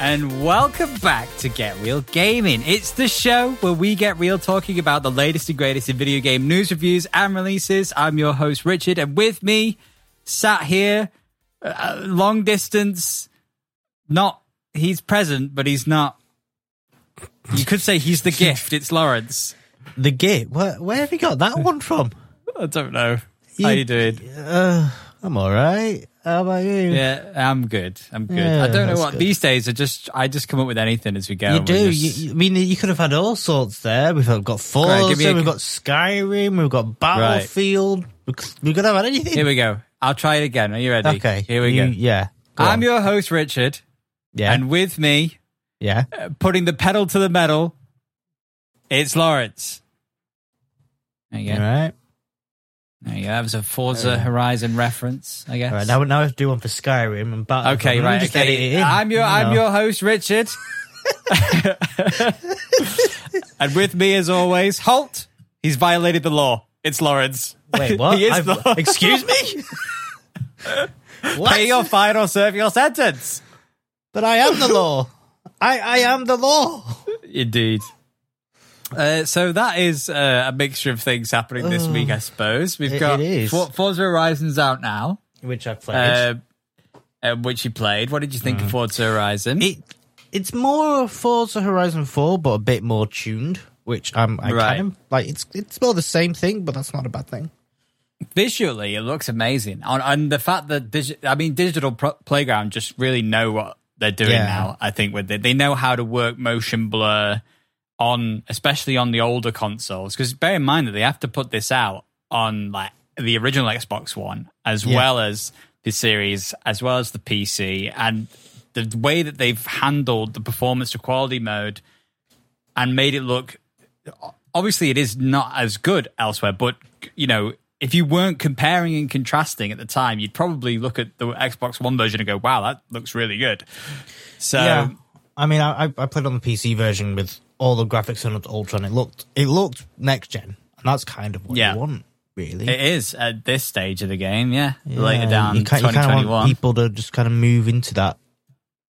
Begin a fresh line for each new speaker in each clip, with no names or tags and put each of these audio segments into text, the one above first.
and welcome back to Get Real Gaming. It's the show where we get real talking about the latest and greatest in video game news, reviews, and releases. I'm your host, Richard, and with me, sat here, uh, long distance, not, he's present, but he's not. You could say he's the gift. It's Lawrence.
The git. Where, where have you got that one from?
I don't know. How you doing?
Uh, I'm all right. How about you?
Yeah, I'm good. I'm good.
Yeah,
I don't know
that's
what
good.
these days are just. I just come up with anything as we go.
You
and we
do.
just-
You, you- I mean, you could have had all sorts there. We've had- got Forza,
give me a-
we've got Skyrim, we've got Battlefield. We c- We could have had anything.
Here we go. I'll try it again. Are you ready?
okay.
Here we
you-
go.
Yeah. Go
I'm
on.
your host, Richard,
Yeah.
and with me,
yeah.
uh, putting the pedal to the metal, it's Lawrence. There you
All
go.
right.
There you go. That was a Forza Horizon reference, I guess.
All right. Now, now we have to do one for Skyrim and Battlefield.
okay,
Let me
right.
just edit
Okay.
it in,
I'm your
you
I'm
know.
your host, Richard. and with me, as always, Holt. He's violated the law. It's Lawrence.
Wait, what?
he is
I've-
Lawrence.
Excuse me? what?
Pay your fine or serve your sentence.
But I am the law. I, I am the law.
Indeed. Uh, so that is uh, a mixture of things happening this week, I suppose. We've
It-
got
it is.
For- Forza Horizon's out now,
Which I played.
uh, uh, which you played. What did you think of Forza Horizon?
Hmm. it it's more Forza Horizon Four, but a bit more tuned. Which I'm I
Right.
kind of like. It's it's more the same thing, but that's not a bad thing.
Visually, it looks amazing, and, and the fact that digi- I mean, Digital Pro- Playground just really know what they're doing
Yeah.
now. I think with it, they know how to work motion blur on, especially on the older consoles. Because bear in mind that they have to put this out on like the original Xbox One, as
Yeah.
well as the Series, as well as the PC, and the way that they've handled the performance to quality mode and made it look obviously it is not as good elsewhere but you know if you weren't comparing and contrasting at the time you'd probably look at the xbox one version and go wow that looks really good so
yeah, I mean, I I- I played on the PC version with all the graphics on Ultra, and it looked it looked next gen, and that's kind of what
Yeah.
you want, really.
it is at this stage of the game yeah,
Yeah,
later down
you kind, you kind of
2021
want people to just kind of move into that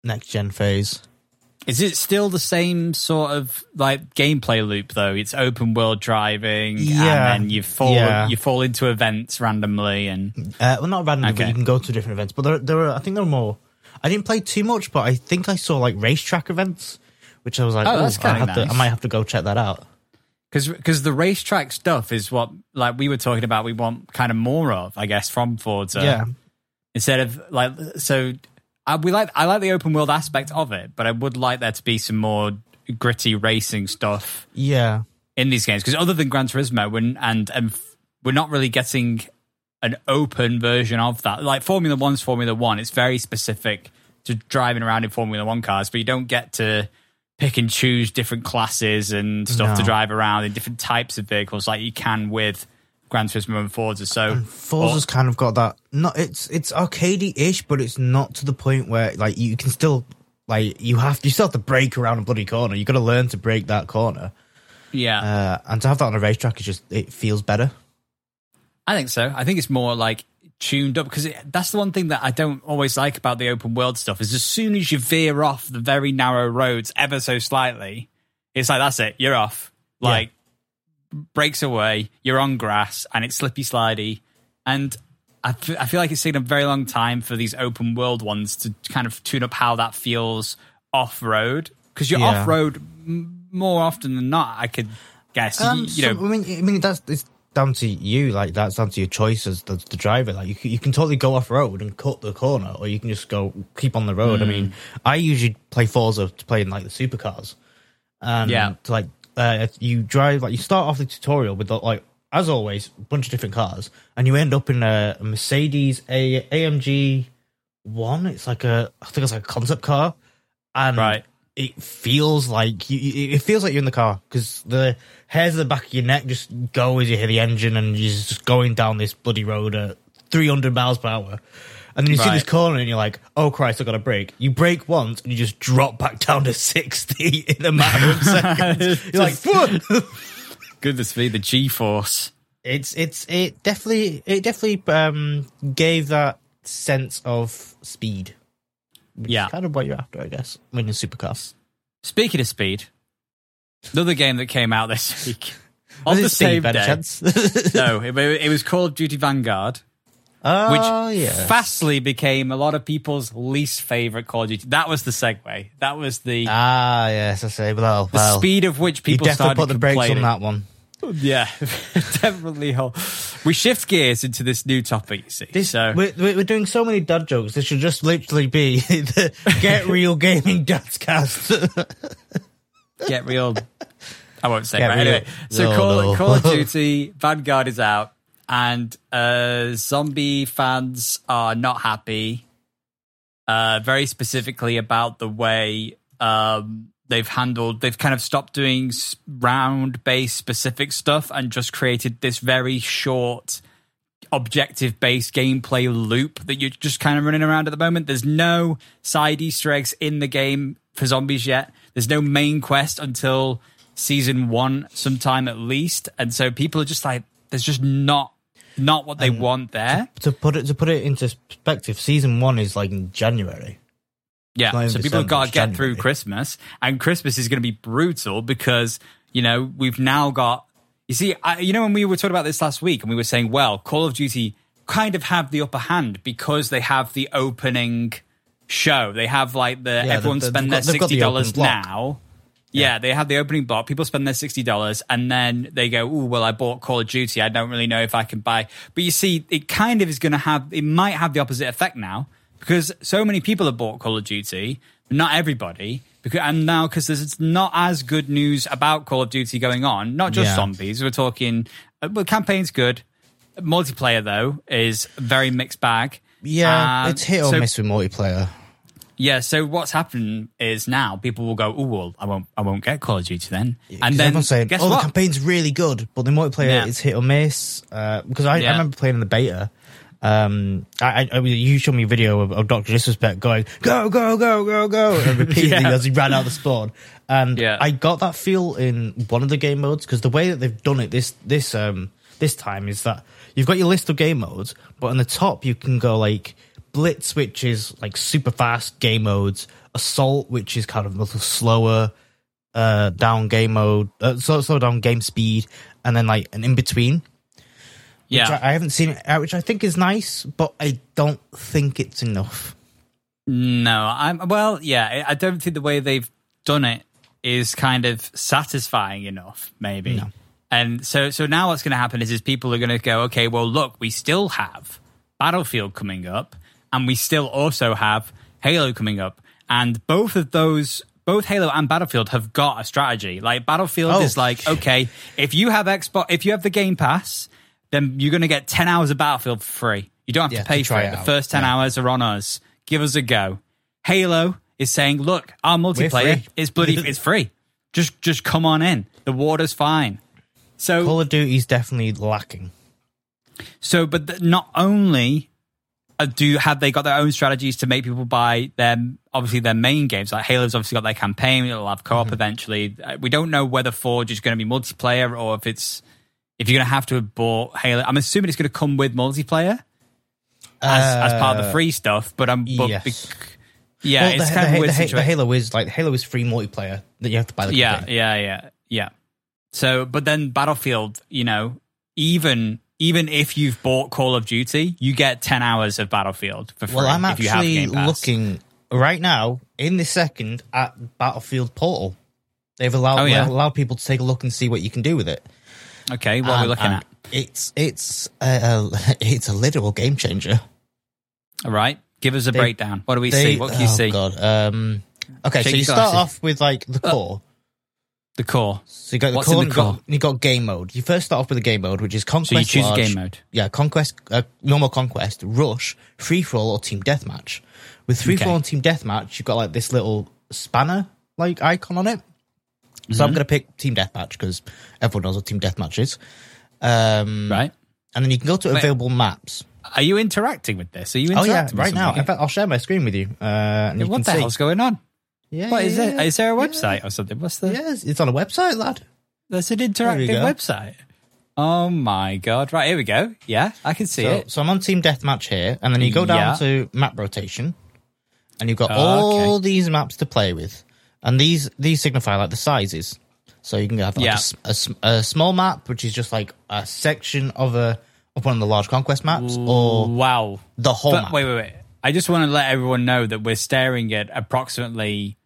next gen phase.
is it still the same sort of like gameplay loop though it's open world driving
Yeah.
and then you fall
Yeah.
you fall into events randomly and
Uh, well, not randomly, but
Okay.
you can go to different events. But there, there are, I think there are more. I didn't play too much, but I think I saw like racetrack events, which I was like,
Oh,
oh,
that's
I,
kinda
have to,
nice.
I might have to go check that out.
because because the racetrack stuff is what like we were talking about we want kind of more of i guess from forza
yeah,
instead of like so I, we like I like the open world aspect of it, but I would like there to be some more gritty racing stuff
yeah,
in these games because other than Gran Turismo, we're, and and f- we're not really getting an open version of that. Like Formula One's Formula One, it's very specific to driving around in Formula One cars, but you don't get to pick and choose different classes and stuff to
No.
drive around in different types of vehicles like you can with Gran Turismo and Forza. So
Mm.
Oh.
Forza's kind of got that. Not it's it's arcadey ish, but it's not to the point where like you can still like you have you still have to break around a bloody corner. You got to learn to break that corner,
yeah,
uh, and to have that on a racetrack is just it feels better.
I think so. I think it's more like tuned up because that's the one thing that I don't always like about the open world stuff is as soon as you veer off the very narrow roads ever so slightly, it's like that's it, you're off.
Yeah.
Like breaks away, you're on grass, and it's slippy slidey. And I fe- I feel like it's taken a very long time for these open world ones to kind of tune up how that feels off road because you're
Yeah.
off road m- more often than not. I could guess You-
Um,
you know.
some- I mean, I mean that's it's down to you. Like that's down to your choice as the, the driver. Like you, c- you can totally go off road and cut the corner, or you can just go keep on the road. I mean,
Hmm.
I usually play Forza to play in like the supercars. Um,
Yeah.
To like uh, you drive like you start off the tutorial with like as always a bunch of different cars, and you end up in a Mercedes a- AMG one. It's like a I think it's like a concept car, and
Right.
it feels like you- you, it feels like you're in the car because the hairs of the back of your neck just go as you hear the engine and you're just going down this bloody road at 300 miles per hour. And then you see
Right.
this corner and you're like, oh Christ, I've got to brake. You brake once and you just drop back down to 60 in a matter of seconds. You're like, "Phew."
Goodness me, the G force.
it's, it's, it definitely, it definitely um, gave that sense of speed. which
Yeah.
is kind of what you're after, I guess. Winning supercars.
Speaking of speed, another game that came out this week
Was
on
it
the
Steam,
same
by any
day.
chance?
No, it, it was Call of Duty Vanguard, which
oh yeah.
fastly became a lot of people's least favorite Call of Duty. That was the segue. That was the
ah yes, I say. Well,
the
well,
speed of which
you
people
definitely
started
put the brakes on
complaining.
that one.
Yeah, definitely. hell. We shift gears into this new topic. You see, so
We're, we're we're doing so many dad jokes. This should just literally be the Get Real Gaming Dad's Cast.
get real. I won't say.
Get
Right.
real.
Anyway, so
No,
Call,
no.
Call of Duty Vanguard is out, and uh, zombie fans are not happy. Uh, very specifically about the way um, they've handled. They've kind of stopped doing s- round-based specific stuff and just created this very short objective based gameplay loop that you're just kind of running around at the moment. There's no side Easter eggs in the game for zombies yet. There's no main quest until season one, sometime at least. And so people are just like, there's just not not what they want there.
to put it to put it into perspective, season one is like in January.
Yeah.
not
So
even
people have
December,
got to
it's
get through
January.
Christmas, and Christmas is going to be brutal because you know we've now got. You see, I, you know when we were talking about this last week, and we were saying, well, Call of Duty kind of have the upper hand because they have the opening show. They have like the
they've-
everyone
they've
spend their
got- they've got
sixty
the open
dollars
block.
now. Yeah, they have the opening block. People spend their sixty dollars, and then they go, "Oh, well, I bought Call of Duty. I don't really know if I can buy." But you see, it kind of is going to have. It might have the opposite effect now because so many people have bought Call of Duty, but not everybody. Because and now because there's not as good news about Call of Duty going on. Not just
Yeah.
zombies. We're talking. uh, Well, campaign's good. Multiplayer though is very mixed bag.
Yeah,
Um,
it's hit or
so
miss with multiplayer.
yeah, so what's happened is now people will go, "Oh well, I won't, I won't get Call of Duty then."
'Cause
And then
everyone's saying,
guess
"Oh,
what?
the campaign's really good, but the multiplayer
Yeah.
is hit or miss." Uh, because I,
Yeah.
I remember playing in the beta. Um, I, I, I you showed me a video of, of Doctor Disrespect going, "Go, go, go, go, go," and repeatedly
Yeah.
as he ran out the spawn. And
Yeah.
I got that feel in one of the game modes because the way that they've done it this this um this time is that you've got your list of game modes, but on the top you can go like blitz, which is like super fast game modes, assault, which is kind of a little slower uh down game mode, uh, slow slow down game speed, and then like an in between.
yeah,
Which I, I haven't seen it, uh, which I think is nice, but I don't think it's enough.
no, I'm well, yeah, I I don't think the way they've done it is kind of satisfying enough, maybe.
No.
And so, so now what's going to happen is, is people are going to go, "Okay, well, look, we still have Battlefield coming up, and we still also have Halo coming up, and both of those." Both Halo and Battlefield have got a strategy. Like Battlefield
Oh.
is like, okay, if you have Xbox, if you have the Game Pass, then you're going to get 10 hours of Battlefield for free. You don't have
Yeah,
to pay
to
for
try
it.
it
The
out.
first 10
Yeah.
hours are on us. Give us a go. Halo is saying, look, our multiplayer
free.
is bloody, it's free. Just, just come on in. The water's fine. So,
Call of Duty's definitely lacking.
so, but th- not only uh, do have they got their own strategies to make people buy their obviously their main games. Like Halo's obviously got their campaign; it'll have co-op
Mm-hmm.
eventually. Uh, We don't know whether Forge is going to be multiplayer or if it's if you're going to have to have bought Halo. I'm assuming it's going to come with multiplayer as, as part of the
Uh,
free stuff. But I'm but
yes.
bec- yeah,
Well,
Uh, it's
the,
kind
the-
of a weird
the- the
situation.
Halo is like Halo is free multiplayer that you have to buy the
yeah,
campaign.
yeah, yeah, yeah. So, but then Battlefield, you know, even even if you've bought Call of Duty, you get ten hours of Battlefield for free.
Well, I'm
if you have
actually
Game Pass.
looking right now in this second at Battlefield Portal. They've allowed
Oh, yeah.
allowed people to take a look and see what you can do with it.
Okay, what are we
And-
looking
and
at?
It's it's a, it's a literal game changer.
All right, give us a breakdown. What do we
They-
see? What can you
oh,
see?
God. Um, okay,
Shake
so you
your
start
glasses. Uh,
off with like the core.
The core.
So you got the
What's
core,
in the
and you got-
core?
you got game mode. You first start off with the game mode, which is
So you
conquest.
choose a
large,
game mode.
Yeah, conquest, uh, normal conquest, rush, free for all, or team deathmatch. With free for
Okay.
all and team deathmatch, you've got like this little spanner like icon on it. So I'm
Mm-hmm.
going to pick team deathmatch because everyone knows what team deathmatch is. Um,
Right?
And then you can go to available maps.
Are you interacting with this? Are you
Oh
interacting
yeah,
with
right now.
something?
In fact, I'll share my screen with you. Uh, and you
What
can
the
see.
hell's going on?
Yeah,
What
yeah,
is it?
yeah.
Is there a website or something? What's the?
Yes, it's on a website, lad.
There's an
we
interactive
go.
website. Oh my god! Right here we go. Yeah, I can see
So,
it.
so I'm on team deathmatch here, and then you go down
Yeah.
to map rotation, and you've got
Ah,
all these maps to play with, and these these signify like the sizes. So you can have like, a
Yeah.
s- a, s- a small map, which is just like a section of a of one of the large conquest maps, or
Wow.
the whole
But
map.
wait, wait, wait. I just want to let everyone know that we're staring at approximately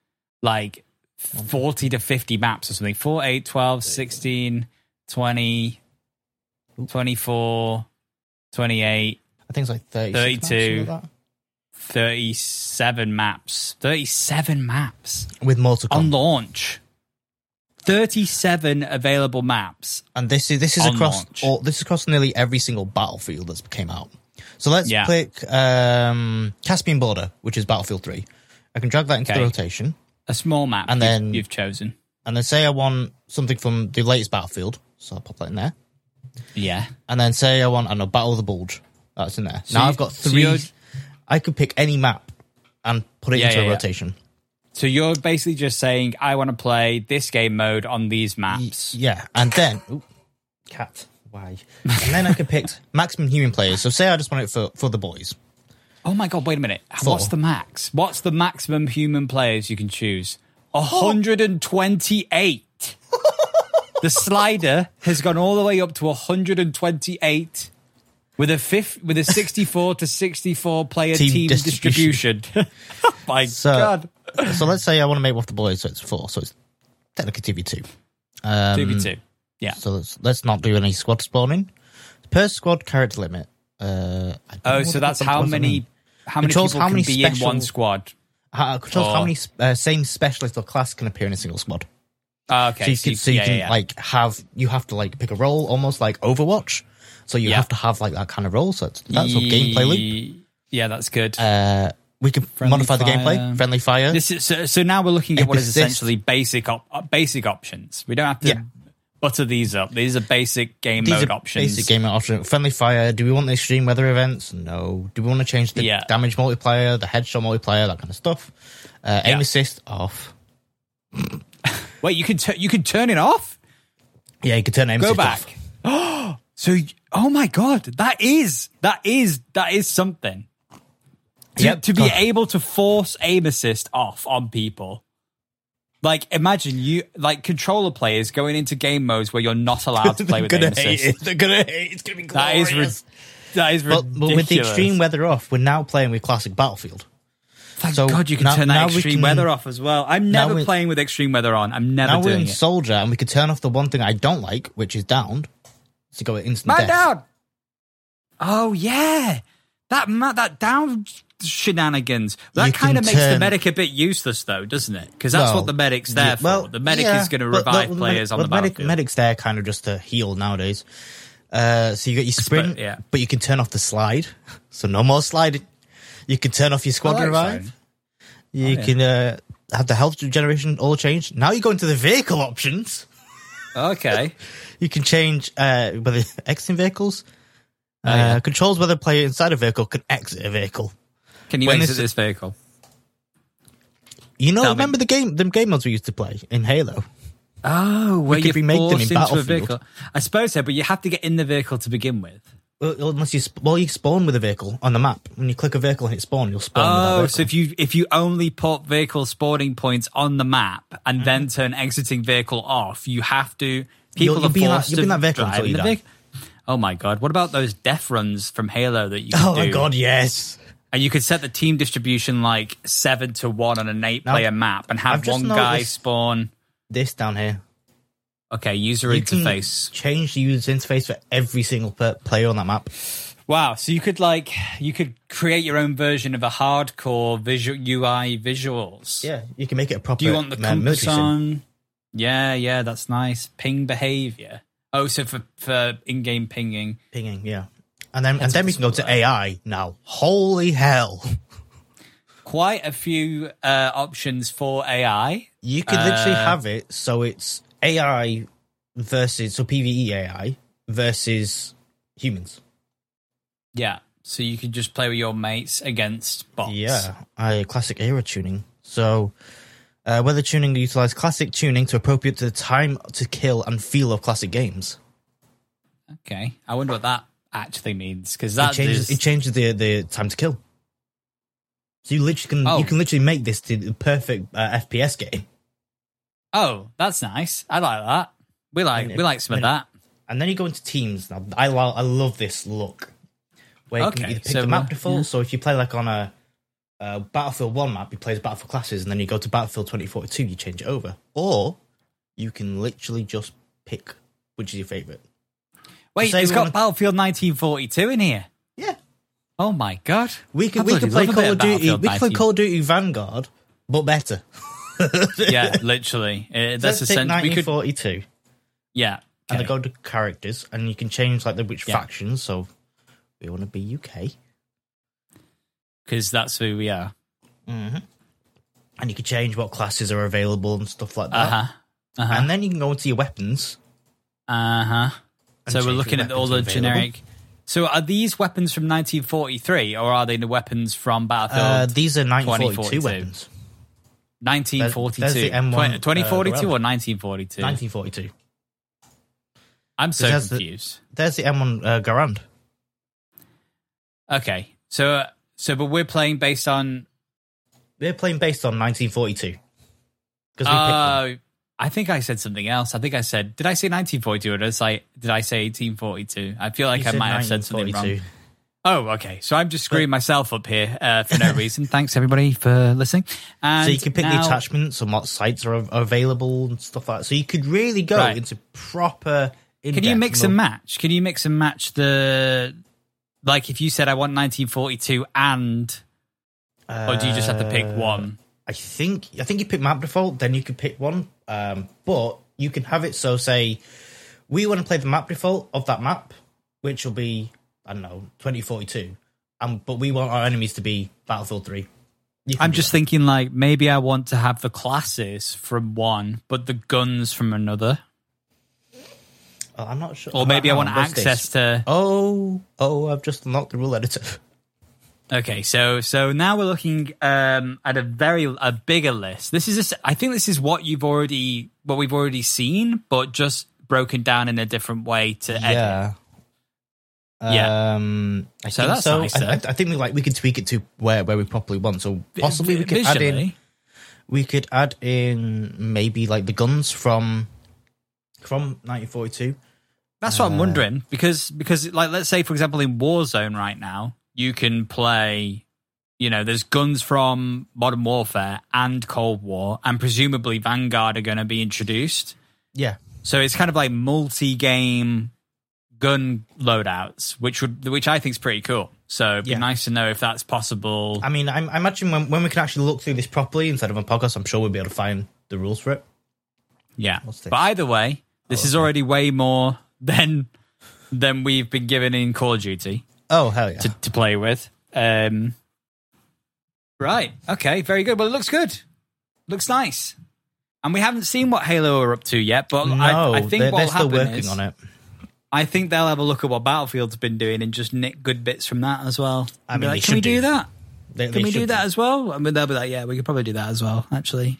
like 40 to 50 maps or something 4, 8, 12, 16, 20, 24, 28,
I think it's like 30,
32.
Like that.
37 maps. 37 maps
with more to come.
on launch. 37 available maps.
and this is this is
on
across
launch.
all, this is across nearly every single battlefield that's came out. So let's
Yeah.
click um, Caspian Border, which is Battlefield Three. I can drag that into the
Okay.
rotation,
A small map
And
you've-
then-
you've chosen.
and then say I want something from the latest Battlefield, so I'll pop that in there.
Yeah.
and then say I want I don't know Battle of the Bulge. That's in there. now
you-
I've got
so
three.
you're-
I could pick any map and put it
Yeah,
into
yeah,
a
yeah.
rotation.
So you're basically just saying I want to play this game mode on these maps.
Yeah, and then ooh, cat. Why? And then I could pick maximum human players. So say I just want it for for the boys.
Oh my god, wait a minute. What's
Four.
the max? What's the maximum human players you can choose? 128. the slider has gone all the way up to 128 with a fifth, with a 64 to 64 player
Team
team,
distribution.
distribution. oh my
So
god.
so let's say I want to make one for the boys. So it's four. So it's technically two v two.
2v2. Yeah.
um, So let's let's not do any squad spawning. Per squad character limit. Uh, I don't know
Oh,
what
so
the-
that's
what
how
does that
many
mean.
how many
Controls
people
how
can
many
be in
special-
one squad.
How, controls how
Oh.
many uh, same specialist or class can appear in a single squad.
Oh, okay.
so you, can, so you
yeah, yeah,
can
yeah.
like have you have to like pick a role almost like Overwatch. So you
Yeah.
have to have like that kind of role. So it's, that's a gameplay loop.
Ye- Yeah, that's good.
Uh, we can modify the
fire.
gameplay. Friendly fire.
This is, so, so now we're looking at what is
Epic Assist.
essentially basic op- uh, basic options. We don't have to
Yeah.
butter these up. These are basic game
These
mode
are
options.
basic gaming options. Friendly fire. Do we want the extreme weather events? No. Do we want to change the
Yeah.
damage multiplier, the headshot multiplier, that kind of stuff? Uh, aim
Yeah.
assist off.
Wait, you could tu- you could turn it off.
Yeah, you can turn aim
Go
assist
back.
off.
so, y- oh my god, that is that is that is something. To,
Yep.
to be
Oh.
able to force aim assist off on people. Like imagine you like controller players going into game modes where you're not allowed to play with aim
They're gonna hate
assist.
it. They're gonna hate it. It's gonna be
That
glorious.
is rid- that is
but,
ridiculous.
but with the extreme weather off, we're now playing with classic Battlefield.
Thank
So
God you can
now-
turn
now
that
we
extreme
can-
weather off as well. I'm
now
never
we-
playing with extreme weather on. I'm
Now
never
we're in
doing it.
Soldier, and we could turn off the one thing I don't like, which is downed, to go at instant
Man
death.
down. Oh yeah, that ma- that down shenanigans. That
You
kind
can
of makes
turn-
the medic a bit useless, though, doesn't it? Because that's
Well,
what the medic's
yeah,
there for.
well,
the medic
yeah,
is going to
but- but
revive
the medic-
players on
well,
the
medic-
battlefield.
Medic's there kind of just to heal nowadays. Uh, so you got your sprint,
yeah.
but you can turn off the slide, so no more sliding. You can turn off your squad
Oh, that's
revive.
fine. Oh,
You can uh, have the health regeneration all changed. Now you go into the vehicle options.
Okay.
You can change uh, whether exiting vehicles. Uh,
Oh, yeah.
Controls whether a player inside a vehicle can exit a vehicle.
Can you
When
exit this
this-
vehicle?
You know,
Tell me.
remember the game, the game modes we used to play in Halo.
Oh, where
could
you
remake them in
forced into a
Battlefield.
vehicle. I suppose so, but you have to get in the vehicle to begin with.
Well, Unless you, sp- well, you spawn with a vehicle on the map. When you click a vehicle and hit spawn, you'll spawn.
Oh,
with that
so
vehicle.
if you if you only put vehicle spawning points on the map and then turn exiting vehicle off, you have to people
Mm-hmm. You'll- you'll
are
be in that-
forced
you'll
to
be in that vehicle
drive
until
in
you
the
die.
vehic- Oh my god! What about those death runs from Halo that you? Could
oh my
do?
god, yes.
And you could set the team distribution like seven to one on an eight-player map and
I've
have
just
one guy
noticed-
spawn.
This down here.
Okay, user
You can
interface.
Change the user interface for every single per- player on that map.
Wow! So you could like you could create your own version of a hardcore visual UI visuals.
Yeah, you can make it a proper.
Do you want the
uh, military
compass
sim.
on? Yeah, yeah, that's nice. Ping behavior. Oh, so for for in-game pinging.
pinging? Yeah, and then and then we can go to AI now. Holy hell!
Quite a few uh, options for AI.
You could literally have it so it's AI versus so PVE AI versus humans.
Yeah. So you could just play with your mates against bots.
Yeah, I classic era tuning. So uh, whether tuning utilize classic tuning to appropriate to the time to kill and feel of classic games.
Okay. I wonder what that actually means because
It
that
changes
is
it changes the the time to kill. So you literally can
Oh.
you can literally make this to the perfect uh, FPS game,
Oh, that's nice. I like that. We like
Minute-
we like some of
minute.
that.
and then you go into teams. Now I lo- I love this look where you can
Okay,
either pick
so,
the
uh,
map default. So if you play like on a uh, Battlefield One map, you play as Battlefield classes, and then you go to Battlefield twenty forty two, you change it over, or you can literally just pick which is your favorite.
Wait,
say
it's
we
got
wanna-
Battlefield 1942 in here.
Yeah,
Oh my god.
we can
I
we
bloody
can play
love a
Call
bit
of Duty.
Battlefield
We can play
19.
Call of Duty Vanguard, but better.
Yeah, literally. Uh, that's
Let's take
essentially we could
1942.
yeah.
and they
okay.
go to characters, and you can change like the which
Yeah.
factions. So we want to be UK,
because that's who we are.
and you can change what classes are available and stuff like that.
Uh huh.
And then you can go into your weapons.
Uh huh.
and
So
change
we're
the
looking at all
weapons
the
available.
generic. So are these weapons from 1943 or are they the weapons from
Uh,
Battlefield
these are 1942
2042.
weapons.
1942?
there's the M1,
Twen-
uh,
2042
Gorilla.
or 1942?
1942.
I'm so
there's the-
confused.
There's the M1 uh, Garand.
Okay. So so but we're playing based on
They're playing based on 1942 because we picked
uh, I think I said something else. I think I said did I say 1942 or did I say, did I say 1842? I feel like
You
I
said
might have said something wrong.
1942.
Oh, okay. So I'm just screwing myself up here uh, for no reason. Thanks everybody for listening. And
So you can pick
now-
the attachments and what sites are av- available and stuff like that. So you could really go
Right.
into proper.
Can you mix and match? Can you mix and match the like if you said I want 1942 and or do you just have to
Uh,
pick one?
I think I think you pick map default, then you could pick one. Um, but you can have it so say we want to play the map default of that map, which will be I don't know twenty forty two, um, but we want our enemies to be Battlefield three. You can
I'm
do
just
that.
thinking like maybe I want to have the classes from one but the guns from another
Oh, I'm not sure.
or maybe I
Hang
want
on, what's this?
access to
Oh, oh! I've just unlocked the rule editor.
Okay, so so now we're looking um, at a very a bigger list. This is a s I think this is what you've already what we've already seen, but just broken down in a different way to edit. Yeah.
Um, I
So
think
that's
so.
nice,
I,
though.
I- I think we like we can tweak it to where where we properly want. So possibly we could add in
Visually,
we could add in maybe like the guns from from 1942
That's
uh,
what I'm wondering because because like let's say for example in Warzone right now you can play you know there's guns from Modern Warfare and Cold War and presumably Vanguard are going to be introduced.
yeah
So it's kind of like multi-game gun loadouts, which would which I think is pretty cool. So it'd be
Yeah.
nice to know if that's possible.
i mean i, I imagine when, when we can actually look through this properly instead of a podcast i'm sure we'll be able to find the rules for it
yeah.
what's this?
But either way, this
Oh,
is already way more than than we've been given in Call of Duty
oh hell yeah
to, to play with. Um, right. Okay. Very good. Well, it looks good. Looks nice. And we haven't seen what Halo are up to yet, but
no
I, I think
they're,
what
they're still working
is,
on it
I think they'll have a look at what Battlefield's been doing and just nick good bits from that as well.
I
And be
mean,
like,
they
can we
should
do
do.
that?
They-
Can
they
we do
should
that as well? I mean, they'll be like, yeah, we could probably do that as well, actually.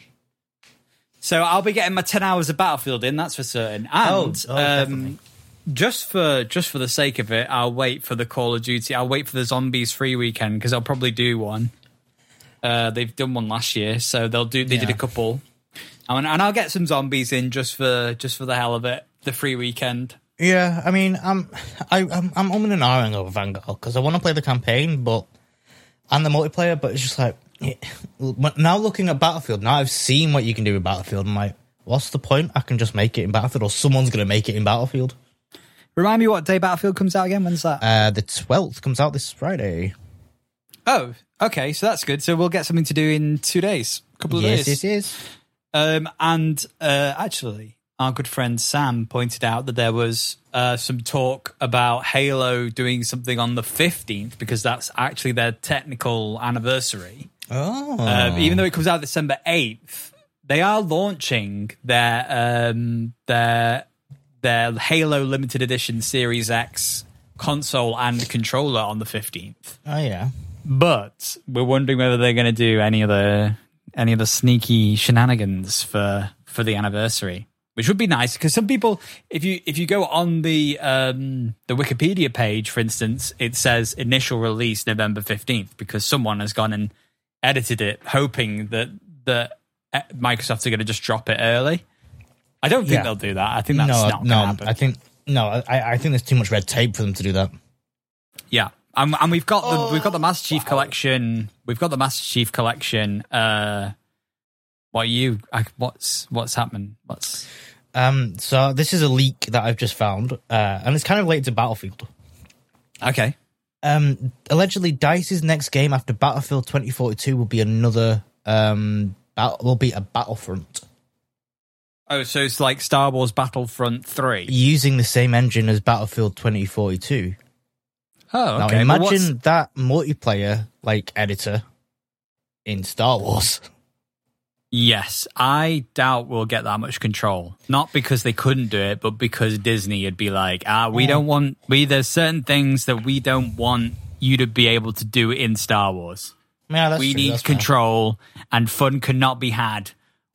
So I'll be getting my ten hours of Battlefield in, that's for certain.
Oh,
And
oh,
um, just for just for the sake of it, I'll wait for the Call of Duty. I'll wait for the Zombies free weekend because I'll probably do one. Uh, they've done one last year, so they'll do. They did a
Yeah.
couple, and, and I'll get some zombies in just for just for the hell of it. The free weekend.
yeah i mean i'm I, i'm i'm umming and ahhing over vanguard because i want to play the campaign but and the multiplayer but it's just like it, now looking at battlefield now i've seen what you can do with battlefield i'm like what's the point i can just make it in battlefield or someone's gonna make it in battlefield
Remind me what day Battlefield comes out again. When's that?
Uh, the twelfth comes out this Friday.
oh, okay. So that's good. So we'll get something to do in two days, couple of
Yes,
days.
yes, yes.
Um, and uh, actually, our good friend Sam pointed out that there was uh, some talk about Halo doing something on the 15th because that's actually their technical anniversary.
Oh,
Um, even though it comes out December 8th, they are launching their um, their their Halo limited edition Series X console and controller on the 15th.
oh yeah.
But we're wondering whether they're going to do any other any other sneaky shenanigans for for the anniversary, which would be nice because some people, if you if you go on the um, the Wikipedia page, for instance, it says initial release November fifteenth because someone has gone and edited it hoping that that eh, Microsoft are going to just drop it early. I don't think
Yeah.
they'll do that. I think that's
no,
not going to
no,
happen.
I think no, I, I think there's too much red tape for them to do that.
Yeah, and, and we've got the we've got the Master
Oh,
Chief Collection. We've got the Master Chief Collection. Uh, what are you? I, what's what's happening? What's
Um, so this is a leak that I've just found, uh, and it's kind of related to Battlefield.
okay?
Um, allegedly, Dice's next game after Battlefield 2042 will be another um, bat- will be a Battlefront
Oh, so it's like Star Wars Battlefront Three.
using the same engine as Battlefield 2042.
Oh,
Now
okay. well, what's-
imagine that multiplayer like editor in Star Wars.
yes, I doubt we'll get that much control. Not because they couldn't do it, but because Disney would be like, ah,
Oh.
we don't want we. There's certain things that we don't want you to be able to do in Star Wars.
Yeah, that's
we
true,
need
that's fair.
control, and fun cannot be had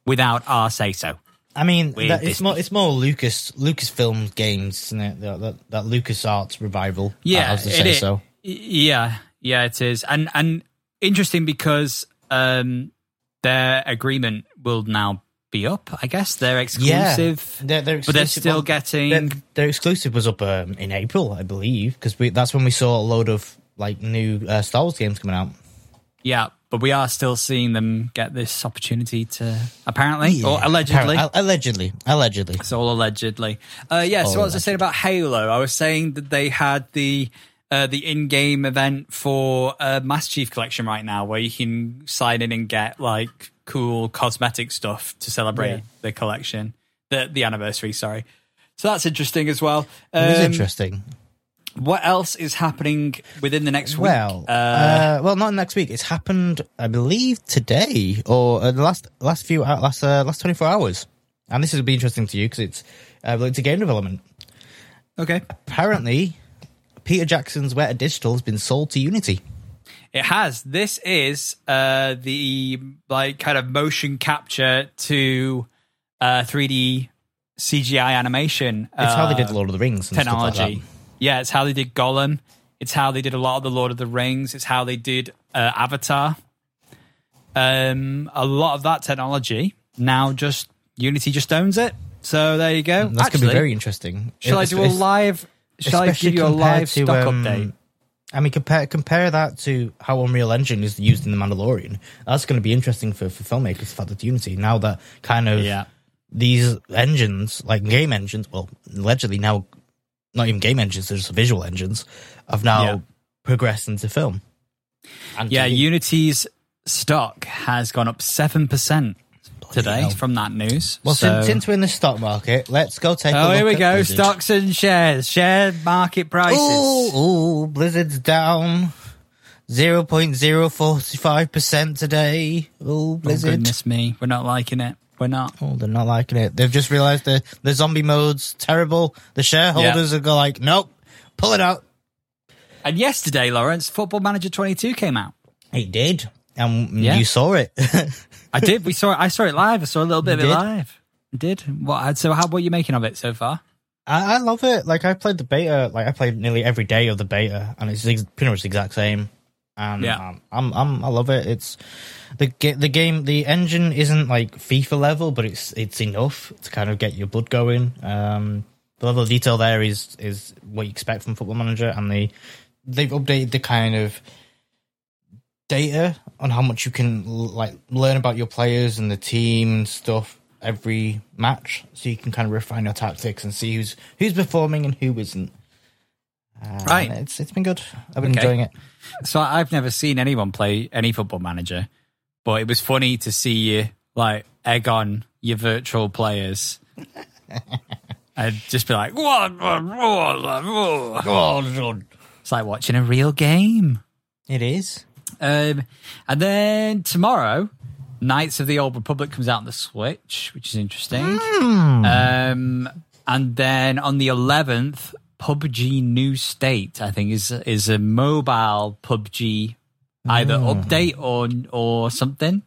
without our say so.
I mean,
with
that, it's
Disney.
more it's more Lucas Lucasfilm games, isn't it? That, that, that Lucas Arts revival.
Yeah,
as they
it
say
is.
so.
Y- Yeah, yeah, it is, and and interesting because um, their agreement will now be up. I guess they're exclusive,
Yeah, they're, they're
but they're
exclusive
still
on-
getting.
Their, their exclusive was up um, in April, I believe, because that's when we saw a load of like new uh, Star Wars games coming out.
yeah, but we are still seeing them get this opportunity to apparently or
Yeah.
Oh, allegedly.
Apparent- allegedly, allegedly.
It's all allegedly. Uh, yeah. so what was I saying about Halo? I was saying that they had the uh, the in game event for uh, Master Chief Collection right now, where you can sign in and get like cool cosmetic stuff to celebrate
Yeah.
the collection, the the anniversary. Sorry. So that's interesting as well. Um,
It is interesting.
What else is happening within the next
Well,
week?
uh, well, not next week. It's happened, I believe, today or uh, the last last few hou- last uh, last twenty four hours. And this will be interesting to you because it's uh, related to game development.
okay.
Apparently, Peter Jackson's Weta Digital has been sold to Unity.
It has. This is uh, the like kind of motion capture to uh, 3D CGI animation.
It's how they
uh,
did Lord of the Rings and
technology.
Stuff like that.
Yeah, it's how they did Gollum. It's how they did a lot of the Lord of the Rings. It's how they did uh, Avatar. Um, a lot of that technology now just Unity just owns it. So there you go.
That's going to
Actually,
be very interesting.
Shall I
It's-
do a
it's-
live? Shall I give
especially
you a
compared
live
to,
stock
um,
update?
I mean, compare compare that to how Unreal Engine is used in The Mandalorian. That's going to be interesting for, for filmmakers. The fact that Unity now that kind of
Yeah.
these engines, like game engines, well, allegedly now not even game engines, they're just visual engines, have now
Yeah.
progressed into film. And
Yeah,
TV.
Unity's stock has gone up seven percent today
hell.
from that news.
Well,
so,
since, since we're in the stock market, let's go take. a
oh,
look
here we
at
go.
Blizzard.
Stocks and shares, share market prices.
Ooh, ooh, Blizzard's down. 0.045% today. Ooh,
Oh,
Blizzard.
goodness me, we're not liking it. We're not.
Oh, they're not liking it. They've just realized the the zombie mode's terrible. The shareholders are go like, nope, pull it out.
And yesterday, Lawrence, Football Manager 22 came out.
It did, and
Yeah.
you saw it.
I did. We saw it. I saw it live. I saw a little bit of
You
it
did?
live. I did. What? So, how? What are you making of it so far?
I, I love it. Like I played the beta. Like I played nearly every day of the beta, and it's ex- pretty much the exact same. And
Yeah.
um, I'm, I'm, I love it. It's the ga- the game. The engine isn't like FIFA level, but it's it's enough to kind of get your blood going. Um, the level of detail there is is what you expect from Football Manager, and they they've updated the kind of data on how much you can l- like learn about your players and the team and stuff every match, so you can kind of refine your tactics and see who's who's performing and who isn't. Uh,
Right.
it's it's been good. I've been
Okay.
enjoying it.
So I- I've never seen anyone play any football manager, but it was funny to see you like egg on your virtual players. I'd just be like, "What? what, what, what?" it's like watching a real game.
It is.
Um, and then tomorrow, Knights of the Old Republic comes out on the Switch, which is interesting.
Hmm.
Um, and then on the 11th, PUBG New State, I think, is is a mobile PUBG either
Hmm.
update or or something.